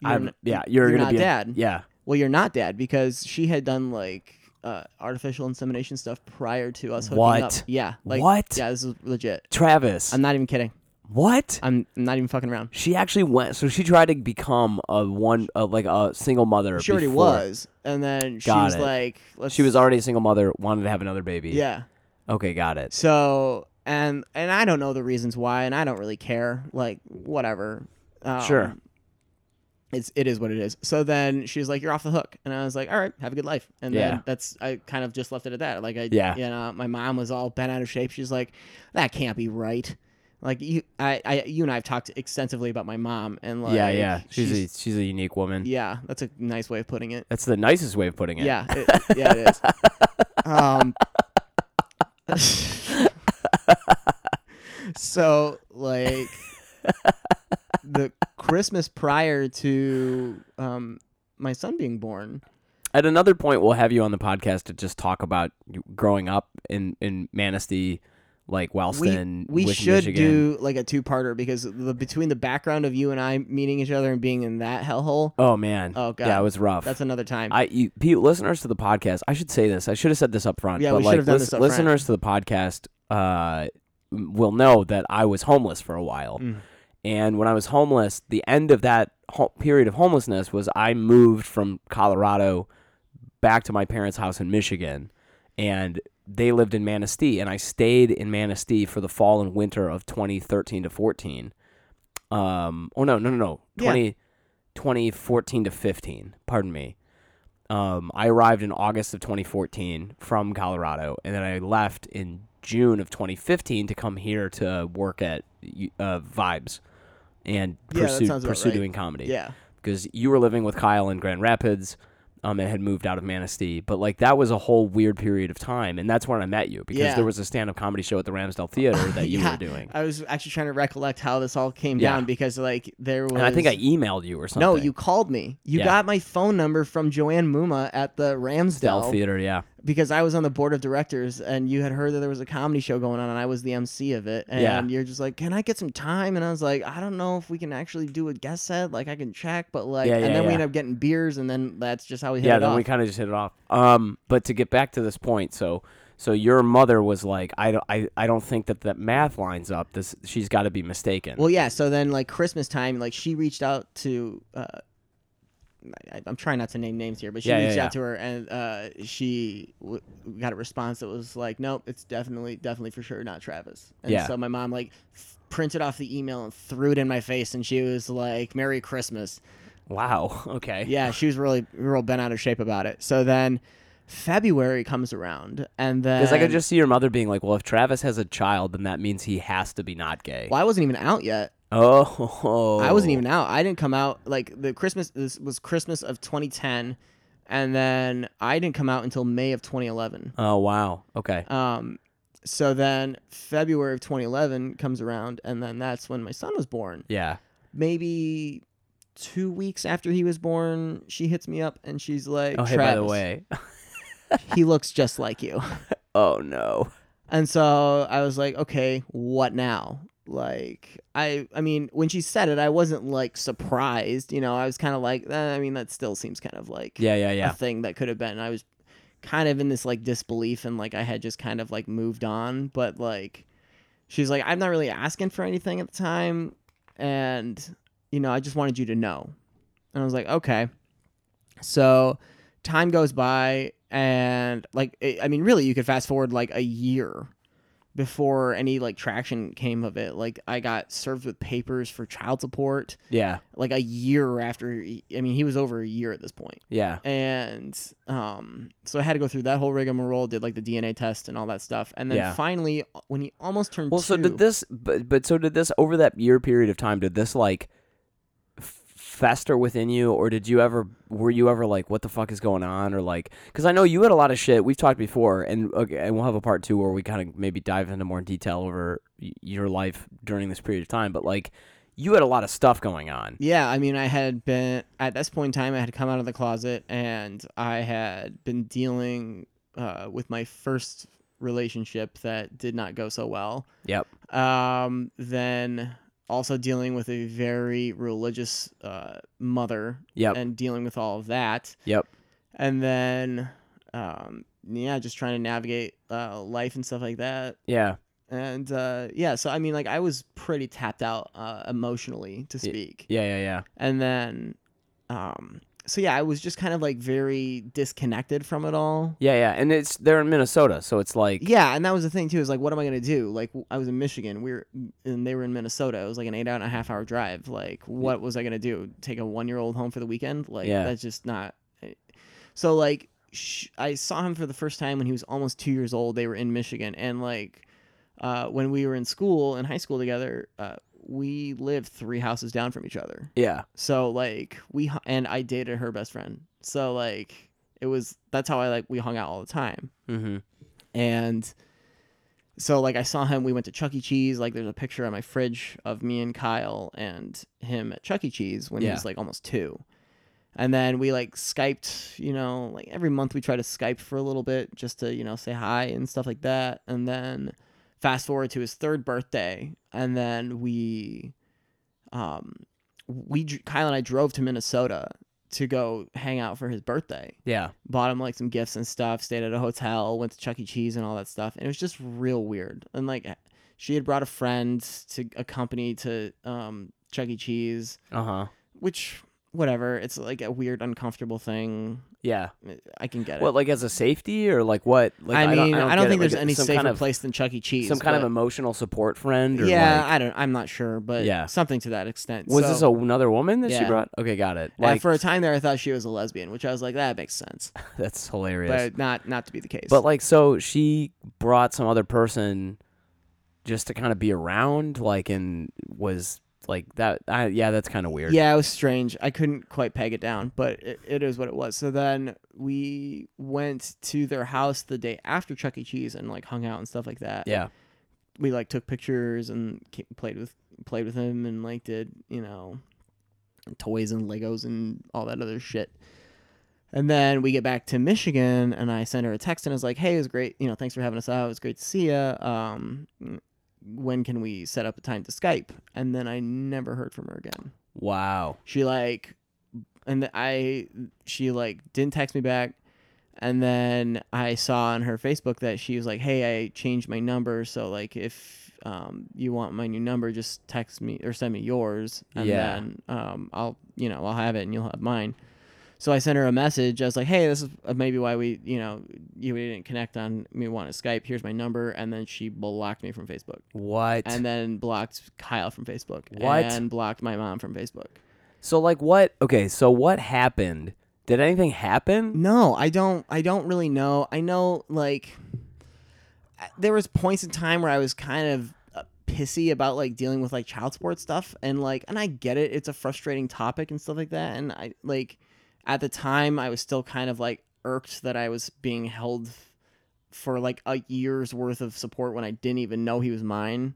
Speaker 1: you're
Speaker 2: I'm,
Speaker 1: n-
Speaker 2: yeah, you're,
Speaker 1: you're
Speaker 2: gonna
Speaker 1: not
Speaker 2: be a-
Speaker 1: dad.
Speaker 2: yeah,
Speaker 1: well, you're not dad because she had done like." Uh, artificial insemination stuff prior to us hooking up.
Speaker 2: What?
Speaker 1: Yeah. Like
Speaker 2: What?
Speaker 1: Yeah, this is legit.
Speaker 2: Travis.
Speaker 1: I'm not even kidding.
Speaker 2: what?
Speaker 1: I'm, I'm not even fucking around.
Speaker 2: she actually went. So she tried to become a one, uh, like a single mother.
Speaker 1: She already
Speaker 2: before.
Speaker 1: was, and then she
Speaker 2: Got
Speaker 1: was
Speaker 2: it.
Speaker 1: like, let's
Speaker 2: She was already a single mother. Wanted to have another baby.
Speaker 1: Yeah.
Speaker 2: Okay, got it.
Speaker 1: So and and I don't know the reasons why, and I don't really care. Like whatever. Um,
Speaker 2: Sure.
Speaker 1: It's it is what it is. So then she's like, "You're off the hook," and I was like, "All right, have a good life." And
Speaker 2: Yeah.
Speaker 1: then that's I kind of just left it at that. Like I
Speaker 2: Yeah.
Speaker 1: you know my mom was all bent out of shape. She's like, "That can't be right." Like you, I, I, you and I have talked extensively about my mom, and like,
Speaker 2: yeah, yeah. She's,
Speaker 1: she's
Speaker 2: a, she's a unique woman.
Speaker 1: yeah, that's a nice way of putting it.
Speaker 2: That's the nicest way of putting it.
Speaker 1: Yeah, it, yeah, it is. Um, so like the Christmas prior to um my son being born.
Speaker 2: At another point, we'll have you on the podcast to just talk about you- growing up in in Manistee, like Wellston.
Speaker 1: we we
Speaker 2: with
Speaker 1: should
Speaker 2: Michigan.
Speaker 1: do like a two parter because the between the background of you and I meeting each other and being in that hellhole,
Speaker 2: Oh man.
Speaker 1: Oh, God.
Speaker 2: Yeah, it was rough.
Speaker 1: that's another time.
Speaker 2: I you, people, listeners to the podcast. I should say this. I should have said this up front.
Speaker 1: Yeah,
Speaker 2: but
Speaker 1: we should
Speaker 2: like,
Speaker 1: have done this up front. Mm.
Speaker 2: Listeners to the podcast uh, will know that I was homeless for a while, And when I was homeless, the end of that ho- period of homelessness was I moved from Colorado back to my parents' house in Michigan, and they lived in Manistee, and I stayed in Manistee for the fall and winter of 2013 to 14. Um, oh no, no, no, no,
Speaker 1: Yeah.
Speaker 2: 20, 2014 to 15. Pardon me. Um, I arrived in August of 2014 from Colorado, and then I left in June of 2015 to come here to work at uh, Vibes and
Speaker 1: Yeah, that
Speaker 2: pursue
Speaker 1: sounds about
Speaker 2: pursue
Speaker 1: right.
Speaker 2: doing comedy
Speaker 1: Yeah.
Speaker 2: because you were living with Kyle in Grand Rapids um, and had moved out of Manistee. But like that was a whole weird period of time, and that's when I met you because
Speaker 1: Yeah.
Speaker 2: there was a stand-up comedy show at the Ramsdale Theater that you
Speaker 1: Yeah,
Speaker 2: were doing,
Speaker 1: I was actually trying to recollect how this all came
Speaker 2: Yeah.
Speaker 1: down because like there was.
Speaker 2: and I think I emailed you or something.
Speaker 1: No, you called me. You
Speaker 2: Yeah.
Speaker 1: got my phone number from Joanne Muma at the
Speaker 2: Del
Speaker 1: Ramsdale
Speaker 2: Theater, yeah,
Speaker 1: because I was on the board of directors and you had heard that there was a comedy show going on and I was the MC of it. And
Speaker 2: Yeah.
Speaker 1: you're just like, Can I get some time? And I was like, I don't know if we can actually do a guest set. Like I can check, but like
Speaker 2: Yeah, yeah,
Speaker 1: and then we
Speaker 2: yeah.
Speaker 1: end up getting beers and then that's just how we hit
Speaker 2: yeah.
Speaker 1: it
Speaker 2: Then
Speaker 1: off.
Speaker 2: we kind of just hit it off. Um, but to get back to this point, so so your mother was like, I don't, I, I don't think that that math lines up. This she's got to be mistaken.
Speaker 1: Well, yeah. So then, like Christmas time, like she reached out to. Uh, I, I'm trying not to name names here, but she
Speaker 2: Yeah, yeah,
Speaker 1: reached
Speaker 2: yeah.
Speaker 1: out to her, and uh, she w- got a response that was like, "Nope, it's definitely, definitely for sure not Travis." And
Speaker 2: Yeah.
Speaker 1: so my mom like f- printed off the email and threw it in my face, and she was like, "Merry Christmas."
Speaker 2: wow. Okay.
Speaker 1: Yeah, she was really, real bent out of shape about it. So then, February comes around, and then
Speaker 2: Because I could just see your mother being like, "Well, if Travis has a child, then that means he has to be not gay."
Speaker 1: Well, I wasn't even out yet.
Speaker 2: Oh,
Speaker 1: I wasn't even out. I didn't come out like the Christmas. This was Christmas of 2010, and then I didn't come out until May of 2011.
Speaker 2: Oh wow. Okay.
Speaker 1: Um, so then February of 2011 comes around, and then that's when my son was born.
Speaker 2: Yeah.
Speaker 1: Maybe two weeks after he was born, she hits me up and she's like,
Speaker 2: Oh hey, by the
Speaker 1: "Travis,
Speaker 2: way.
Speaker 1: he looks just like you."
Speaker 2: Oh no.
Speaker 1: And so I was like, okay, what now? Like, I, I mean, when she said it, I wasn't like surprised. You know, I was kind of like, eh, I mean, that still seems kind of like
Speaker 2: Yeah, yeah,
Speaker 1: a
Speaker 2: yeah.
Speaker 1: thing that could have been. I was kind of in this like disbelief and like I had just kind of like moved on. But like, she's like, I'm not really asking for anything at the time. And, you know, I just wanted you to know. And I was like, okay. So time goes by, and like, it, I mean, really, you could fast forward like a year before any like traction came of it. Like, I got served with papers for child support,
Speaker 2: Yeah.
Speaker 1: like a year after. he- I mean, he was over a year at this point.
Speaker 2: Yeah.
Speaker 1: And um, so I had to go through that whole rigmarole, did like the DNA test and all that stuff. And then
Speaker 2: Yeah.
Speaker 1: finally, when he almost turned
Speaker 2: Well,
Speaker 1: two,
Speaker 2: so did this but but so did this over that year period of time did this like f- fester within you or did you ever were you ever like what the fuck is going on or like cuz I know you had a lot of shit we've talked before and okay, and we'll have a part 2 where we kind of maybe dive into more detail over y- your life during this period of time but like you had a lot of stuff going on.
Speaker 1: Yeah, I mean, I had been at this point in time, I had come out of the closet, and I had been dealing uh, with my first relationship that did not go so well.
Speaker 2: Yep.
Speaker 1: Um, then also dealing with a very religious uh, mother,
Speaker 2: Yep.
Speaker 1: and dealing with all of that,
Speaker 2: Yep.
Speaker 1: and then um, yeah, just trying to navigate uh, life and stuff like that.
Speaker 2: Yeah.
Speaker 1: And uh, yeah, so I mean, like, I was pretty tapped out uh, emotionally, to
Speaker 2: Yeah.
Speaker 1: speak
Speaker 2: Yeah, yeah, yeah.
Speaker 1: and then um so yeah i was just kind of like very disconnected from it all
Speaker 2: Yeah, yeah, and it's they're in Minnesota, so it's like
Speaker 1: yeah and that was the thing too is like what am i going to do like w- i was in michigan we were and they were in minnesota it was like an eight hour and a half hour drive like what was i going to do take a one year old home for the weekend like
Speaker 2: Yeah.
Speaker 1: that's just not eh. so like sh- i saw him for the first time when he was almost two years old they were in michigan and like uh, when we were in school in high school together uh, we lived three houses down from each other
Speaker 2: yeah,
Speaker 1: So like we hu- and I dated her best friend. So like it was that's how I like we hung out all the time.
Speaker 2: mm-hmm.
Speaker 1: And so like I saw him. We went to Chuck E. Cheese. Like there's a picture on my fridge of me and Kyle and him at Chuck E. Cheese when he
Speaker 2: Yeah.
Speaker 1: was like almost two. And then we like Skyped, you know, like every month we try to Skype for a little bit just to, you know, say hi and stuff like that. And then fast forward to his third birthday. And then we, um, we, dr- Kyle and I drove to Minnesota to go hang out for his birthday
Speaker 2: yeah,
Speaker 1: bought him like some gifts and stuff, stayed at a hotel, went to Chuck E. Cheese and all that stuff. And it was just real weird. And like She had brought a friend to accompany to um, Chuck E. Cheese,
Speaker 2: Uh huh.
Speaker 1: which whatever. It's like a weird, uncomfortable thing.
Speaker 2: Yeah.
Speaker 1: I can get it.
Speaker 2: What, like as a safety or like what? Like,
Speaker 1: I mean, I don't, think
Speaker 2: get it. Like,
Speaker 1: there's any
Speaker 2: some
Speaker 1: safer
Speaker 2: kind of,
Speaker 1: place than Chuck E. Cheese.
Speaker 2: Some kind of
Speaker 1: but-
Speaker 2: emotional support friend or
Speaker 1: yeah,
Speaker 2: like.
Speaker 1: I don't. I'm not sure, but
Speaker 2: Yeah.
Speaker 1: something to that extent.
Speaker 2: Was
Speaker 1: So,
Speaker 2: this another woman that she
Speaker 1: Yeah.
Speaker 2: brought? Okay, got it.
Speaker 1: uh,
Speaker 2: Like
Speaker 1: for a time there, I thought she was a lesbian, which I was like, that makes sense,
Speaker 2: that's hilarious.
Speaker 1: but not not to be the case.
Speaker 2: But like, so she brought some other person just to kind of be around, like, and was like that. I, yeah, that's kind of weird.
Speaker 1: yeah, it was strange. I couldn't quite peg it down, but it, it is what it was. So then we went to their house the day after Chuck E. Cheese and like hung out and stuff like that.
Speaker 2: Yeah.
Speaker 1: we like took pictures and ca- played with played with him and like did you know toys and legos and all that other shit and then we get back to michigan and i sent her a text and i was like hey it was great you know thanks for having us out it was great to see you um when can we set up a time to skype and then i never heard from her again
Speaker 2: Wow.
Speaker 1: she like and th- i she like didn't text me back and then i saw on her facebook that she was like hey i changed my number so like if um, you want my new number just text me or send me yours and
Speaker 2: Yeah.
Speaker 1: then um, i'll you know i'll have it and you'll have mine so i sent her a message i was like hey this is uh, maybe why we you know you didn't connect on me want to skype here's my number and then she blocked me from facebook
Speaker 2: What?
Speaker 1: and then blocked kyle from facebook
Speaker 2: What?
Speaker 1: and blocked my mom from facebook
Speaker 2: so like, what? Okay, so what happened? Did anything happen?
Speaker 1: No, I don't. I don't really know. I know like I- there was points in time where I was kind of uh, pissy about like dealing with like child support stuff and like and I get it. It's a frustrating topic and stuff like that. And I like at the time I was still kind of like irked that I was being held for like a year's worth of support when I didn't even know he was mine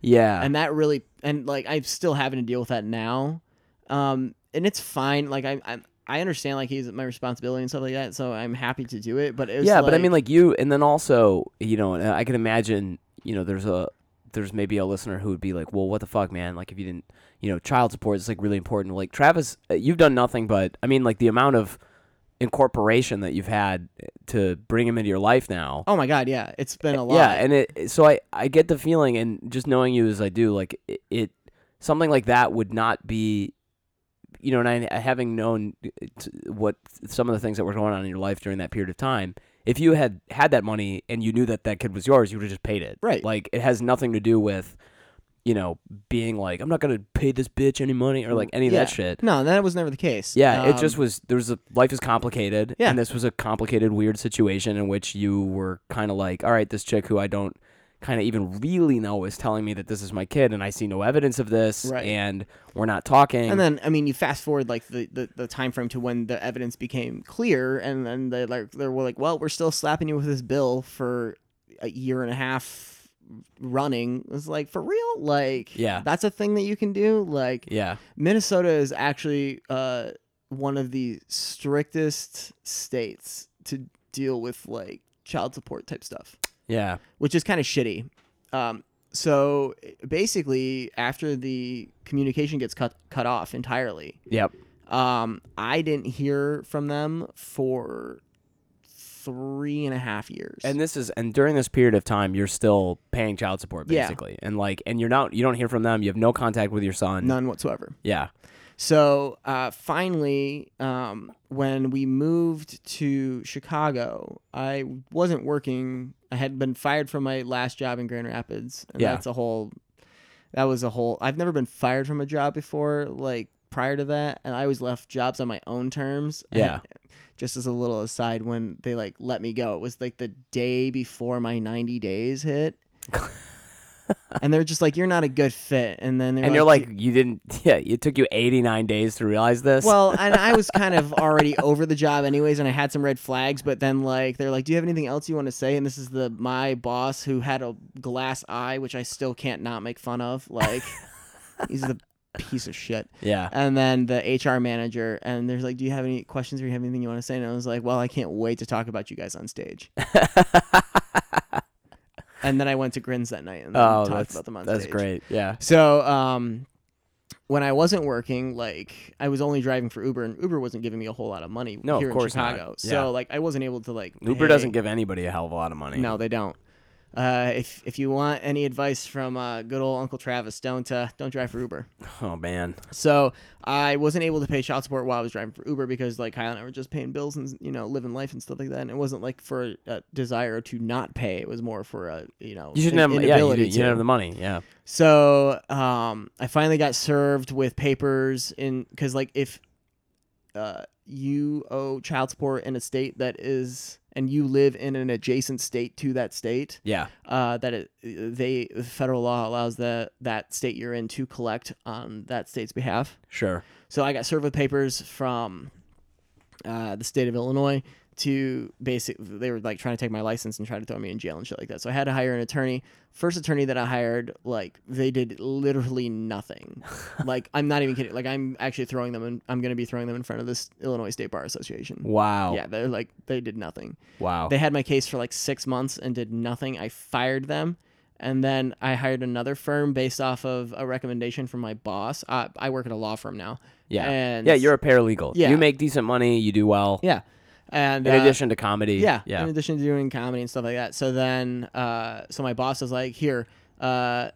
Speaker 2: Yeah.
Speaker 1: and that really and like I'm still having to deal with that now. Um, and it's fine. Like I, I I understand like he's my responsibility and stuff like that, so I'm happy to do it. But it was
Speaker 2: yeah, but I
Speaker 1: like-
Speaker 2: mean, like you, and then also, you know, and I can imagine, you know, there's a there's maybe a listener who would be like, well, what the fuck, man? Like, if you didn't, you know, child support is like really important. Like, Travis, uh, you've done nothing, but I mean, like the amount of incorporation that you've had to bring him into your life now.
Speaker 1: oh my god, yeah, it's been a lot.
Speaker 2: Yeah, and it so I I get the feeling, and just knowing you as I do, like it, it something like that would not be, you know, and I, having known uh, t- what some of the things that were going on in your life during that period of time, if you had had that money and you knew that that kid was yours, you would have just paid it,
Speaker 1: Right.
Speaker 2: Like it has nothing to do with, you know, being like I'm not gonna pay this bitch any money or like any of
Speaker 1: Mm, yeah.
Speaker 2: that shit.
Speaker 1: No, that was never the case.
Speaker 2: Yeah, it
Speaker 1: Um,
Speaker 2: just was. There was a life is complicated,
Speaker 1: Yeah.
Speaker 2: and this was a complicated, weird situation in which you were kind of like, all right, this chick who I don't kind of even really know is telling me that this is my kid, and I see no evidence of this,
Speaker 1: Right.
Speaker 2: and we're not talking.
Speaker 1: And then I mean, you fast forward like the, the the time frame to when the evidence became clear, and then they like they were like, well, we're still slapping you with this bill for a year and a half running. It's like for real, like
Speaker 2: Yeah.
Speaker 1: that's a thing that you can do. Like
Speaker 2: yeah,
Speaker 1: Minnesota is actually uh, one of the strictest states to deal with like child support type stuff,
Speaker 2: yeah,
Speaker 1: which is kind of shitty. Um, so basically, after the communication gets cut cut off entirely,
Speaker 2: yep.
Speaker 1: um, I didn't hear from them for three and a half years.
Speaker 2: And this is, and during this period of time, you're still paying child support
Speaker 1: Yeah.
Speaker 2: basically, and like, and you're not, you don't hear from them. You have no contact with your son.
Speaker 1: none whatsoever.
Speaker 2: Yeah,
Speaker 1: So uh, finally, um, when we moved to Chicago, I wasn't working. I had been fired from my last job in Grand Rapids, and
Speaker 2: Yeah.
Speaker 1: that's a whole. That was a whole. I've never been fired from a job before, like prior to that, and I always left jobs on my own terms. And
Speaker 2: Yeah.
Speaker 1: just as a little aside, when they like let me go, it was like the day before my ninety days hit. and they're just like, "You're not a good fit," and then they're
Speaker 2: and you're like, you didn't. Yeah, it took you 89 days to realize this.
Speaker 1: Well, and I was kind of already over the job anyways, and I had some red flags. But then, like, they're like, "Do you have anything else you want to say?" And this is the my boss who had a glass eye, which I still can't not make fun of. Like, he's the piece of shit.
Speaker 2: yeah,
Speaker 1: And then the HR manager, and there's like, "Do you have any questions or you have anything you want to say?" And I was like, "Well, I can't wait to talk about you guys on stage." and then I went to Grins that night and then
Speaker 2: oh,
Speaker 1: talked
Speaker 2: that's
Speaker 1: about them on
Speaker 2: that's
Speaker 1: stage.
Speaker 2: great. Yeah.
Speaker 1: So, um, when I wasn't working, like I was only driving for Uber, and Uber wasn't giving me a whole lot of money
Speaker 2: No, of
Speaker 1: here
Speaker 2: course
Speaker 1: in
Speaker 2: not.
Speaker 1: Chicago.
Speaker 2: Yeah.
Speaker 1: So, like, I wasn't able to like
Speaker 2: Uber
Speaker 1: pay-
Speaker 2: doesn't give anybody a hell of a lot of money.
Speaker 1: No, they don't. Uh, if if you want any advice from uh, good old Uncle Travis, don't uh, don't drive for Uber.
Speaker 2: Oh man.
Speaker 1: So I wasn't able to pay child support while I was driving for Uber because like Kyle and I were just paying bills and you know living life and stuff like that. And it wasn't like for a desire to not pay. It was more for a you know
Speaker 2: You shouldn't
Speaker 1: an
Speaker 2: have. Yeah, you,
Speaker 1: inability
Speaker 2: didn't- you didn't
Speaker 1: to.
Speaker 2: have the money. Yeah.
Speaker 1: So um, I finally got served with papers in because like if uh, you owe child support in a state that is and you live in an adjacent state to that state,
Speaker 2: Yeah.
Speaker 1: uh, that it, they the federal law allows the that state you're in to collect on that state's behalf.
Speaker 2: Sure.
Speaker 1: So I got served with papers from uh, the state of Illinois to basic. They were like trying to take my license and try to throw me in jail and shit like that. So I had to hire an attorney. First attorney that I hired, like they did literally nothing. like I'm not even kidding. Like I'm actually throwing them, and I'm gonna be throwing them in front of this Illinois State Bar Association.
Speaker 2: Wow.
Speaker 1: Yeah, they're like they did nothing.
Speaker 2: Wow.
Speaker 1: They had my case for like six months and did nothing. I fired them. And then I hired another firm based off of a recommendation from my boss. Uh, I work at a law firm now.
Speaker 2: yeah.
Speaker 1: And
Speaker 2: yeah. You're a paralegal.
Speaker 1: Yeah.
Speaker 2: You make decent money. You do well.
Speaker 1: Yeah. And
Speaker 2: In
Speaker 1: uh,
Speaker 2: addition to comedy.
Speaker 1: yeah,
Speaker 2: Yeah.
Speaker 1: In addition to doing comedy and stuff like that. So then, uh, so my boss was like, "Here, uh,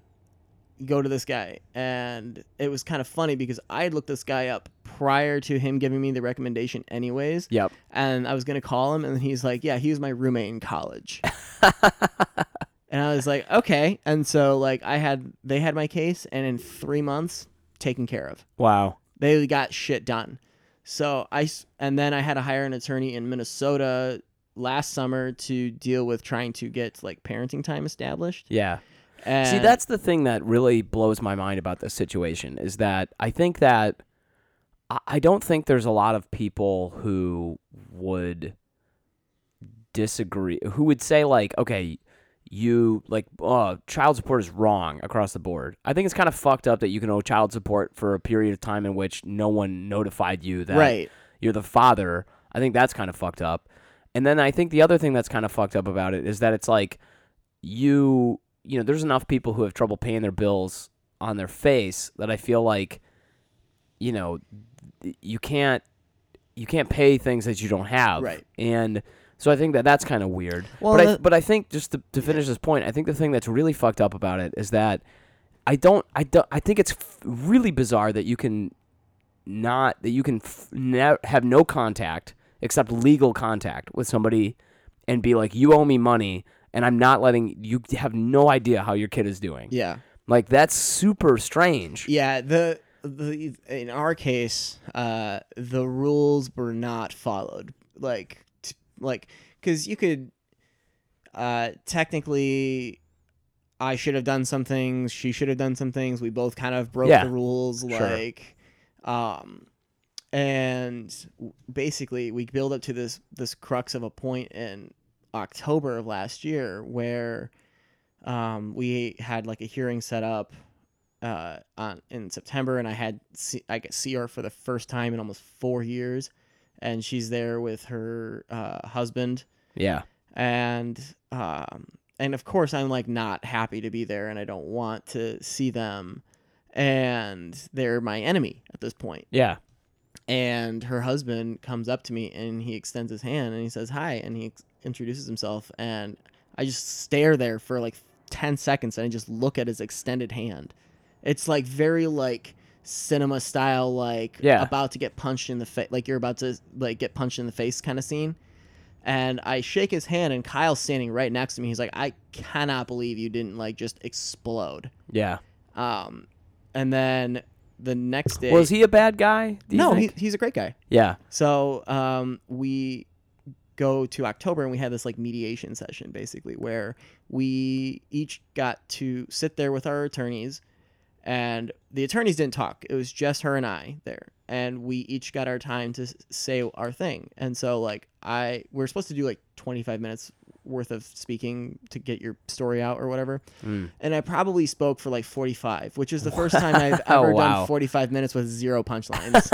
Speaker 1: go to this guy," and it was kind of funny because I had looked this guy up prior to him giving me the recommendation, anyways.
Speaker 2: Yep.
Speaker 1: And I was gonna call him, and then he's like, "Yeah, he was my roommate in college." and I was like, "Okay." And so like I had they had my case, and in three months, taken care of
Speaker 2: Wow.
Speaker 1: they got shit done. So I s- and then I had to hire an attorney in Minnesota last summer to deal with trying to get like parenting time established.
Speaker 2: Yeah.
Speaker 1: And
Speaker 2: See, that's the thing that really blows my mind about this situation is that I think that I- I don't think there's a lot of people who would disagree, who would say, like, okay, you like uh, child support is wrong across the board. I think it's kind of fucked up that you can owe child support for a period of time in which no one notified you that
Speaker 1: right.
Speaker 2: you're the father. I think that's kind of fucked up. And then I think the other thing that's kind of fucked up about it is that it's like you, you know, there's enough people who have trouble paying their bills on their face that I feel like, you know, th- you can't you can't pay things that you don't have.
Speaker 1: Right.
Speaker 2: And so I think that that's kind of weird.
Speaker 1: Well,
Speaker 2: but I,
Speaker 1: that-
Speaker 2: but I think just to, to finish this point, I think the thing that's really fucked up about it is that I don't I don't I think it's f- really bizarre that you can not that you can f- ne- have no contact except legal contact with somebody and be like you owe me money and I'm not letting you have no idea how your kid is doing.
Speaker 1: Yeah.
Speaker 2: Like that's super strange.
Speaker 1: Yeah, the the in our case, uh, the rules were not followed. Like t- like because you could, uh, technically, I should have done some things. She should have done some things. We both kind of broke
Speaker 2: Yeah,
Speaker 1: the rules.
Speaker 2: sure.
Speaker 1: Like, um, and w- basically we build up to this this crux of a point in October of last year where um, we had like a hearing set up uh, on in September, and I had see, I could see her for the first time in almost four years, and she's there with her uh, husband,
Speaker 2: Yeah.
Speaker 1: and um, and of course I'm like not happy to be there, and I don't want to see them, and they're my enemy at this point
Speaker 2: Yeah.
Speaker 1: and her husband comes up to me and he extends his hand and he says hi and he ex- introduces himself and i just stare there for like 10 seconds and i just look at his extended hand it's like very like cinema style like
Speaker 2: Yeah.
Speaker 1: about to get punched in the face like you're about to like get punched in the face kind of scene and i shake his hand and kyle's standing right next to me he's like i cannot believe you didn't like just explode
Speaker 2: Yeah.
Speaker 1: um and then the next day
Speaker 2: Was he a bad guy? do you
Speaker 1: no he,
Speaker 2: think?
Speaker 1: he's a great guy
Speaker 2: yeah.
Speaker 1: so um, we go to October and we had this like mediation session basically where we each got to sit there with our attorneys and the attorneys didn't talk. It was just her and I there and we each got our time to s- say our thing. And so like I we're supposed to do like 25 minutes worth of speaking to get your story out or whatever.
Speaker 2: Mm.
Speaker 1: And I probably spoke for like 45, which is the first time I've ever
Speaker 2: Oh, Wow.
Speaker 1: done 45 minutes with zero punchlines.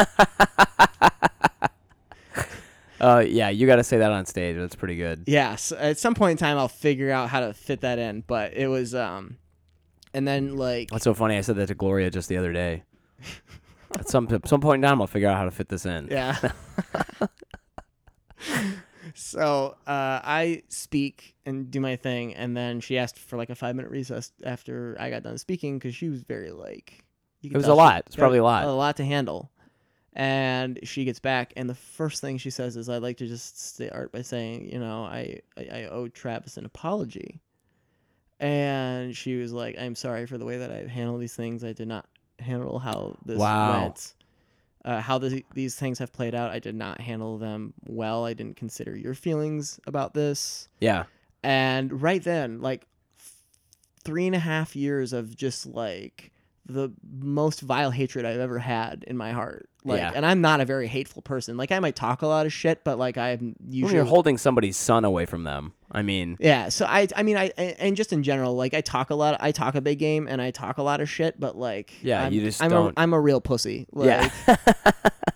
Speaker 2: Uh yeah, you got to say that on stage. That's pretty good.
Speaker 1: Yes, at some point in time I'll figure out how to fit that in, but it was um and then like
Speaker 2: That's so funny. I said that to Gloria just the other day. At some some point in time, I'll figure out how to fit this in.
Speaker 1: yeah. so uh, I speak and do my thing, and then she asked for like a five minute recess after I got done speaking because she was very like. You
Speaker 2: It
Speaker 1: could
Speaker 2: was
Speaker 1: tell
Speaker 2: a
Speaker 1: she
Speaker 2: lot. It's
Speaker 1: got
Speaker 2: probably a lot.
Speaker 1: A lot to handle, and she gets back, and the first thing she says is, "I'd like to just start by saying, you know, I I, I owe Travis an apology." And she was like, "I'm sorry for the way that I handle these things. I did not handle how this
Speaker 2: Wow.
Speaker 1: went." uh, how the, these things have played out. I did not handle them well. I didn't consider your feelings about this.
Speaker 2: Yeah.
Speaker 1: And right then, like f- three and a half years of just like the most vile hatred I've ever had in my heart. Like,
Speaker 2: Yeah.
Speaker 1: and I'm not a very hateful person. Like, I might talk a lot of shit, but like I'm
Speaker 2: When
Speaker 1: usually
Speaker 2: you're holding somebody's son away from them. I mean,
Speaker 1: yeah, so I I mean I I- and just in general, like I talk a lot, I talk a big game, and I talk a lot of shit, but like
Speaker 2: Yeah,
Speaker 1: I'm,
Speaker 2: you just
Speaker 1: I'm
Speaker 2: don't-
Speaker 1: A, I'm a real pussy. Like,
Speaker 2: Yeah.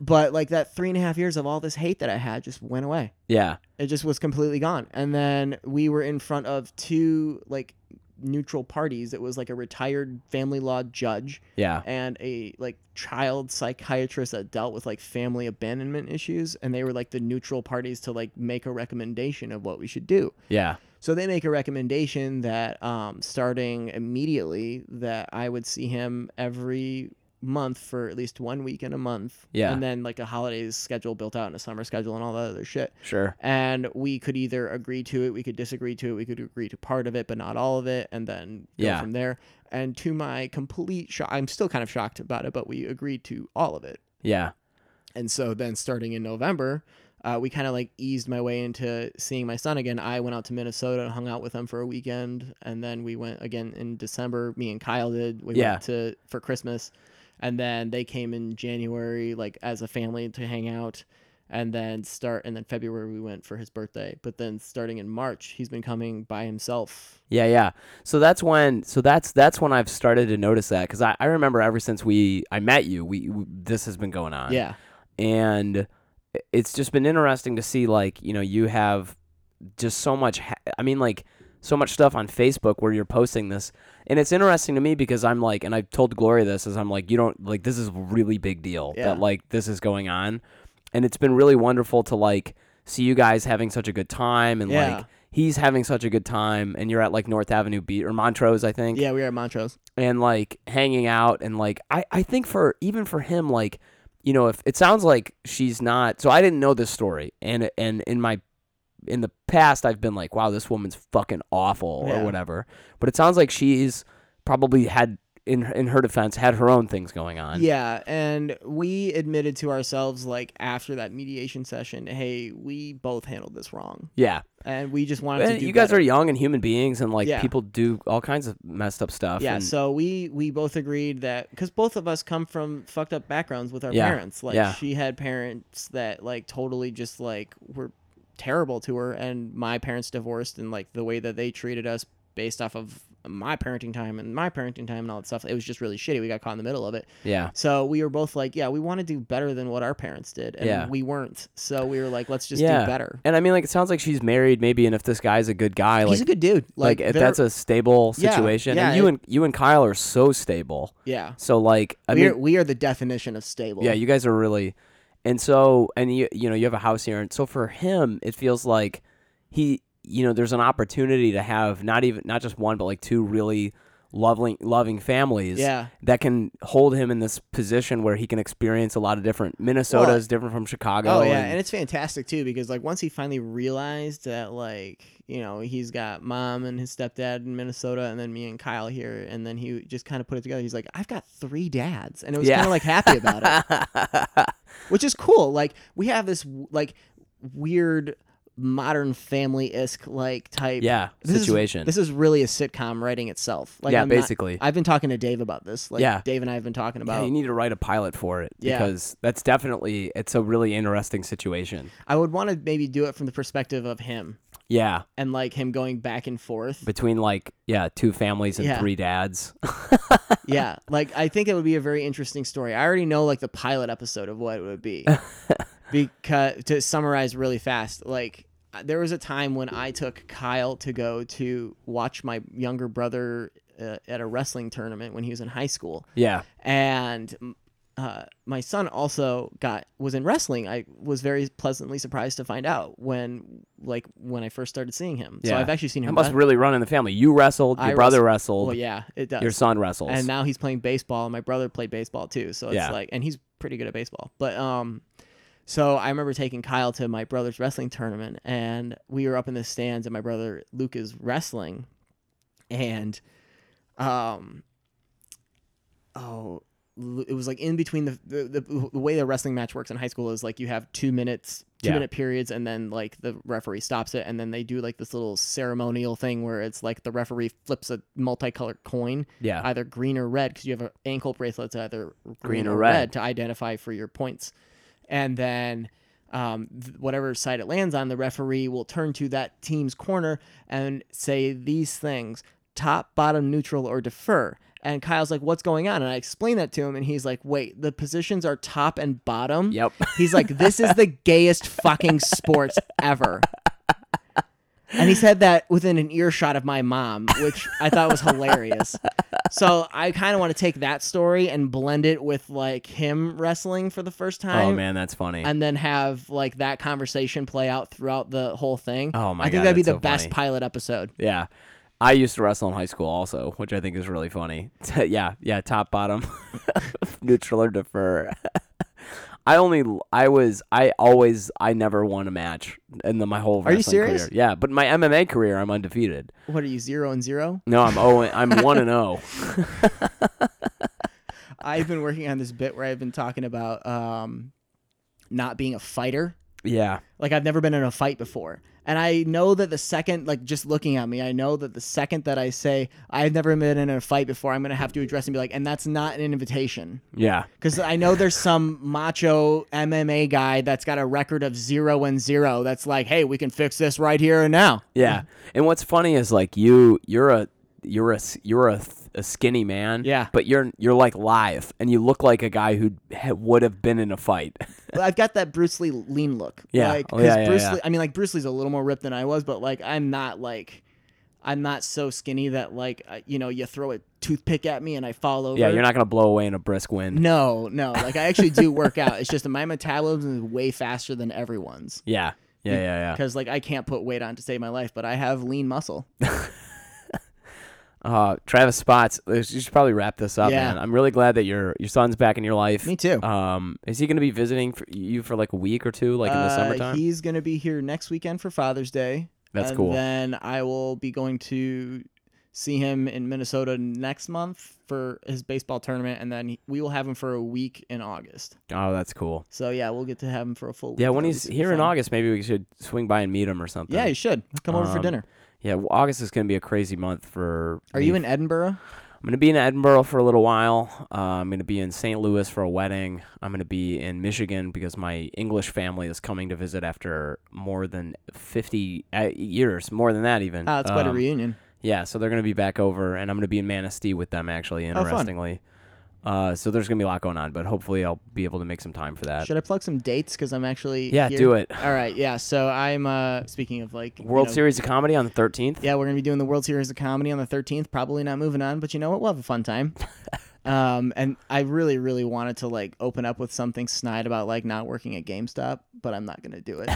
Speaker 1: but like that three and a half years of all this hate that I had just went away.
Speaker 2: yeah.
Speaker 1: It just was completely gone. And then we were in front of two like neutral parties. It was like a retired family law judge
Speaker 2: Yeah.
Speaker 1: and a like child psychiatrist that dealt with like family abandonment issues and they were like the neutral parties to like make a recommendation of what we should do.
Speaker 2: Yeah.
Speaker 1: So they make a recommendation that um, starting immediately that I would see him every month for at least one week in a month.
Speaker 2: Yeah.
Speaker 1: And then like a holidays schedule built out and a summer schedule and all that other shit.
Speaker 2: Sure.
Speaker 1: And we could either agree to it, we could disagree to it, we could agree to part of it, but not all of it, and then go
Speaker 2: Yeah.
Speaker 1: from there. And to my complete shock, I'm still kind of shocked about it, but we agreed to all of it.
Speaker 2: Yeah.
Speaker 1: And so then starting in November, uh, we kind of like eased my way into seeing my son again. I went out to Minnesota and hung out with him for a weekend. And then we went again in December. Me and Kyle did. We
Speaker 2: Yeah.
Speaker 1: went to for Christmas. And then they came in January, like as a family to hang out. And then start, and then February we went for his birthday. But then starting in March, he's been coming by himself.
Speaker 2: Yeah, yeah. So that's when. So that's that's when I've started to notice that because I, I remember ever since we I met you, we, we this has been going on.
Speaker 1: Yeah.
Speaker 2: and it's just been interesting to see like you know you have just so much. Ha- I mean, like so much stuff on Facebook where you're posting this, and it's interesting to me because I'm like, and I've told Gloria this is I'm like, you don't like this is a really big deal
Speaker 1: Yeah.
Speaker 2: that like this is going on, and it's been really wonderful to like see you guys having such a good time and
Speaker 1: Yeah.
Speaker 2: like he's having such a good time and you're at like North Avenue Beach or Montrose I think
Speaker 1: Yeah, we are at Montrose.
Speaker 2: and like hanging out and like I I think for even for him like you know if it sounds like she's not so I didn't know this story and and in my in the past I've been like wow this woman's fucking awful
Speaker 1: Yeah.
Speaker 2: or whatever but it sounds like she's probably had in in her defense had her own things going on
Speaker 1: Yeah, and we admitted to ourselves like after that mediation session, hey, we both handled this wrong,
Speaker 2: yeah
Speaker 1: and we just wanted to
Speaker 2: and
Speaker 1: do
Speaker 2: you guys
Speaker 1: better.
Speaker 2: are young and human beings and like
Speaker 1: Yeah.
Speaker 2: people do all kinds of messed up stuff
Speaker 1: yeah.
Speaker 2: and,
Speaker 1: So we we both agreed that because both of us come from fucked up backgrounds with our
Speaker 2: Yeah,
Speaker 1: parents. Like
Speaker 2: yeah.
Speaker 1: she had parents that like totally just like were terrible to her, and my parents divorced, and like the way that they treated us based off of my parenting time and my parenting time and all that stuff. It was just really shitty. We got caught in the middle of it.
Speaker 2: yeah
Speaker 1: So we were both like, yeah, we want to do better than what our parents did, and
Speaker 2: Yeah.
Speaker 1: we weren't. So we were like, let's just
Speaker 2: Yeah.
Speaker 1: do better.
Speaker 2: and I mean like it sounds like she's married maybe and if this guy's a good guy like
Speaker 1: He's a good dude.
Speaker 2: like,
Speaker 1: Like,
Speaker 2: if
Speaker 1: they're-
Speaker 2: that's a stable
Speaker 1: Yeah,
Speaker 2: situation
Speaker 1: yeah,
Speaker 2: and you
Speaker 1: it-
Speaker 2: and you and Kyle are so stable
Speaker 1: yeah.
Speaker 2: so like I
Speaker 1: we
Speaker 2: mean
Speaker 1: are we are the definition of stable.
Speaker 2: yeah you guys are really and so and you you know you have a house here and so for him it feels like he you know there's an opportunity to have not even not just one but like two really loving loving families
Speaker 1: Yeah.
Speaker 2: that can hold him in this position where he can experience a lot of different Minnesota is different from Chicago
Speaker 1: Oh yeah,
Speaker 2: and-
Speaker 1: and it's fantastic too because like once he finally realized that like you know he's got mom and his stepdad in Minnesota and then me and Kyle here and then he just kind of put it together. He's like, I've got three dads, and it was
Speaker 2: Yeah.
Speaker 1: kind of like happy about it. which is cool. Like we have this like weird modern family esque like type
Speaker 2: Yeah,
Speaker 1: This is-
Speaker 2: situation.
Speaker 1: this is really a sitcom writing itself. Like
Speaker 2: Yeah,
Speaker 1: not-
Speaker 2: basically.
Speaker 1: I've been talking to Dave about this. Like
Speaker 2: Yeah.
Speaker 1: Dave and I have been talking
Speaker 2: Yeah,
Speaker 1: about.
Speaker 2: you need to write a pilot for it
Speaker 1: Yeah.
Speaker 2: because that's definitely it's a really interesting situation.
Speaker 1: I would want to maybe do it from the perspective of him
Speaker 2: Yeah,
Speaker 1: and like him going back and forth.
Speaker 2: between like yeah, two families and
Speaker 1: Yeah.
Speaker 2: three dads.
Speaker 1: yeah, like I think it would be a very interesting story. I already know like the pilot episode of what it would be. because to summarize really fast, like uh, there was a time when I took Kyle to go to watch my younger brother uh, at a wrestling tournament when he was in high school,
Speaker 2: yeah,
Speaker 1: and m- uh, my son also got was in wrestling. I was very pleasantly surprised to find out when like when I first started seeing him. So
Speaker 2: Yeah.
Speaker 1: I've actually seen
Speaker 2: That
Speaker 1: him.
Speaker 2: must
Speaker 1: wre-
Speaker 2: really run in the family. You wrestled, your
Speaker 1: I
Speaker 2: brother wrestled,
Speaker 1: well, yeah, it does.
Speaker 2: your son wrestles.
Speaker 1: and now he's playing baseball and my brother played baseball too so it's
Speaker 2: Yeah.
Speaker 1: like and he's pretty good at baseball but um so i remember taking kyle to my brother's wrestling tournament and we were up in the stands and my brother luke is wrestling and um oh Lu- it was like in between the the, the the way the wrestling match works in high school is like you have two minutes two
Speaker 2: Yeah.
Speaker 1: minute periods and then like the referee stops it and then they do like this little ceremonial thing where it's like the referee flips a multicolored coin
Speaker 2: yeah.
Speaker 1: either green or red because you have an ankle bracelet to either green,
Speaker 2: Green
Speaker 1: or,
Speaker 2: or
Speaker 1: red.
Speaker 2: red.
Speaker 1: to identify for your points, and then um, th- whatever side it lands on, the referee will turn to that team's corner and say these things: top, bottom, neutral, or defer. And Kyle's like, "What's going on?" And I explain that to him, and he's like, "Wait, the positions are top and bottom."
Speaker 2: Yep.
Speaker 1: He's like, "This is the gayest fucking sports ever." And he said that within an earshot of my mom, which I thought was hilarious. So I kind of want to take that story and blend it with like him wrestling for the first time.
Speaker 2: oh man, that's funny.
Speaker 1: And then have like that conversation play out throughout the whole thing.
Speaker 2: Oh, my
Speaker 1: I think
Speaker 2: God,
Speaker 1: that'd be
Speaker 2: that's
Speaker 1: the
Speaker 2: so
Speaker 1: best
Speaker 2: funny.
Speaker 1: pilot episode.
Speaker 2: yeah. I used to wrestle in high school also, which I think is really funny. yeah, yeah, top bottom, neutral or defer. I only I was I always I never won a match in the, my whole
Speaker 1: Are you
Speaker 2: wrestling
Speaker 1: serious?
Speaker 2: career. Yeah, but my MMA career I'm undefeated.
Speaker 1: What are you zero and zero?
Speaker 2: No, I'm oh I'm 1 and 0.
Speaker 1: I've been working on this bit where I've been talking about um, not being a fighter.
Speaker 2: Yeah.
Speaker 1: Like I've never been in a fight before. And I know that the second, like just looking at me, I know that the second that I say I've never been in a fight before, I'm gonna have to address and be like, and that's not an invitation.
Speaker 2: Yeah.
Speaker 1: Because I know there's some macho MMA guy that's got a record of zero and zero. That's like, hey, we can fix this right here and now.
Speaker 2: Yeah. And what's funny is like you you're a you're a s- you're a, th- a skinny man.
Speaker 1: Yeah.
Speaker 2: But you're you're like live and you look like a guy who ha- would have been in a fight.
Speaker 1: But I've got that Bruce Lee lean look.
Speaker 2: Yeah.
Speaker 1: Like,
Speaker 2: Oh,
Speaker 1: 'cause
Speaker 2: yeah, yeah,
Speaker 1: Bruce
Speaker 2: yeah.
Speaker 1: Lee, I mean, like Bruce Lee's a little more ripped than I was, but like I'm not like, I'm not so skinny that like I- you know you throw a toothpick at me and I fall over.
Speaker 2: yeah, you're not going to blow away in a brisk wind.
Speaker 1: No, no. Like I actually do work out. It's just that my metabolism is way faster than everyone's.
Speaker 2: Yeah. Yeah, yeah, yeah.
Speaker 1: Because like I can't put weight on to save my life, but I have lean muscle.
Speaker 2: Uh, Travis Spots, you should probably wrap this up,
Speaker 1: Yeah.
Speaker 2: man. I'm really glad that your your son's back in your life.
Speaker 1: Me too.
Speaker 2: Um, is he going to be visiting for you for like a week or two, like in the
Speaker 1: Uh,
Speaker 2: summertime?
Speaker 1: He's gonna be here next weekend for Father's Day.
Speaker 2: That's
Speaker 1: and
Speaker 2: cool.
Speaker 1: Then I will be going to see him in Minnesota next month for his baseball tournament, and then we will have him for a week in August.
Speaker 2: oh, that's cool.
Speaker 1: So yeah, we'll get to have him for a full. week.
Speaker 2: Yeah, when
Speaker 1: That'll be
Speaker 2: he's
Speaker 1: super
Speaker 2: here in
Speaker 1: fun.
Speaker 2: August, maybe we should swing by and meet him or something.
Speaker 1: Yeah, you should come over for
Speaker 2: Um,
Speaker 1: dinner.
Speaker 2: Yeah, well, August is going to be a crazy month for.
Speaker 1: Are
Speaker 2: me.
Speaker 1: you in Edinburgh?
Speaker 2: I'm going to be in Edinburgh for a little while. Uh, I'm going to be in St. Louis for a wedding. I'm going to be in Michigan because my English family is coming to visit after more than 50 uh, years, more than that even.
Speaker 1: Ah, it's quite a
Speaker 2: Um,
Speaker 1: reunion.
Speaker 2: Yeah, so they're going to be back over, and I'm going to be in Manistee with them actually.
Speaker 1: Oh, fun.
Speaker 2: Interestingly, uh, so there's going to be a lot going on, but hopefully I'll be able to make some time for that.
Speaker 1: Should I plug some dates? Because I'm actually
Speaker 2: Yeah,
Speaker 1: here.
Speaker 2: do it.
Speaker 1: All right, yeah. So I'm uh speaking of like you
Speaker 2: World
Speaker 1: know,
Speaker 2: Series of Comedy on the 13th.
Speaker 1: Yeah, we're gonna be doing the World Series of Comedy on the 13th. Probably not moving on, but you know what? We'll have a fun time. um, and I really, really wanted to like open up with something snide about like not working at GameStop, but I'm not gonna do it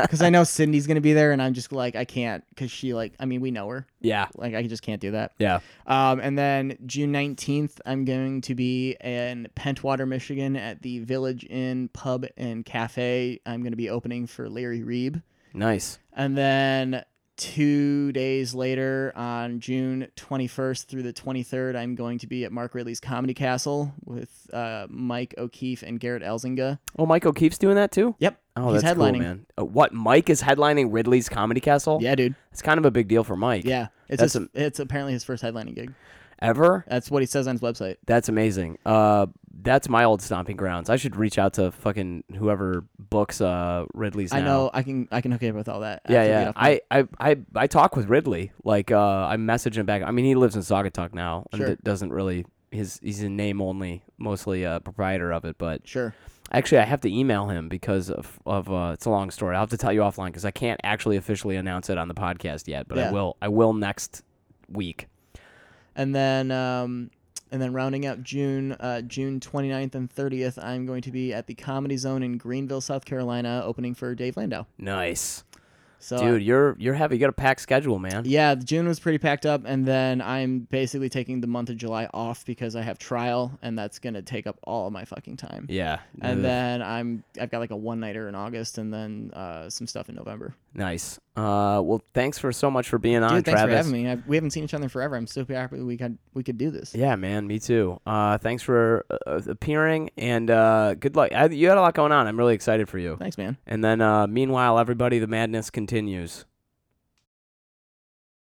Speaker 1: because I know Cindy's gonna be there, and I'm just like I can't because she like I mean we know her,
Speaker 2: Yeah,
Speaker 1: like I just can't do that.
Speaker 2: yeah.
Speaker 1: Um, and then June 19th, I'm going to be in Pentwater, Michigan at the Village Inn Pub and Cafe. I'm going to be opening for Larry Reeb.
Speaker 2: Nice.
Speaker 1: And then two days later, on June 21st through the 23rd, I'm going to be at Mark Ridley's Comedy Castle with uh, Mike O'Keefe and Garrett Elzinga.
Speaker 2: Oh, Mike O'Keefe's doing that too.
Speaker 1: Yep.
Speaker 2: Oh,
Speaker 1: he's
Speaker 2: that's
Speaker 1: headlining.
Speaker 2: cool, man. Uh, what Mike is headlining Ridley's Comedy Castle?
Speaker 1: Yeah, dude.
Speaker 2: it's kind of a big deal for Mike.
Speaker 1: Yeah. It's,
Speaker 2: That's
Speaker 1: his, it's apparently his first headlining gig.
Speaker 2: ever.
Speaker 1: That's what he says on his website.
Speaker 2: That's amazing. Uh, that's my old stomping grounds. I should reach out to fucking whoever books uh Ridley's.
Speaker 1: I
Speaker 2: now.
Speaker 1: know I can I can hook you up with all that.
Speaker 2: Yeah,
Speaker 1: after we
Speaker 2: yeah.
Speaker 1: get off
Speaker 2: I, I, I, I talk with Ridley. Like, uh, I message him back. I mean, he lives in Saugatuck now and
Speaker 1: Sure.
Speaker 2: d- doesn't really. His he's in name only, mostly a proprietor of it. But
Speaker 1: Sure.
Speaker 2: actually, I have to email him because of of uh, it's a long story. I'll have to tell you offline because I can't actually officially announce it on the podcast yet. But I
Speaker 1: Yeah.
Speaker 2: will. I will next week.
Speaker 1: And then um And then rounding out June, uh, June 29th and 30th, I'm going to be at the Comedy Zone in Greenville, South Carolina, opening for Dave Landau.
Speaker 2: Nice,
Speaker 1: So,
Speaker 2: dude. You're you're heavy. You got a packed schedule, man.
Speaker 1: Oh, yeah, June was pretty packed up, and then I'm basically taking the month of July off because I have trial, and that's gonna take up all of my fucking time.
Speaker 2: Yeah.
Speaker 1: And
Speaker 2: Ugh.
Speaker 1: then I'm I've got like a one nighter in August, and then uh, some stuff in November.
Speaker 2: nice. Uh, well, thanks for so much for being on,
Speaker 1: Dude, thanks
Speaker 2: Travis.
Speaker 1: for having me. I, we haven't seen each other in forever. I'm super happy we could we could do this.
Speaker 2: Yeah, man, me too. Uh, thanks for uh, uh, appearing and uh, good luck. I, you had a lot going on. I'm really excited for you.
Speaker 1: Thanks, man.
Speaker 2: And then, uh, meanwhile, everybody, the madness continues.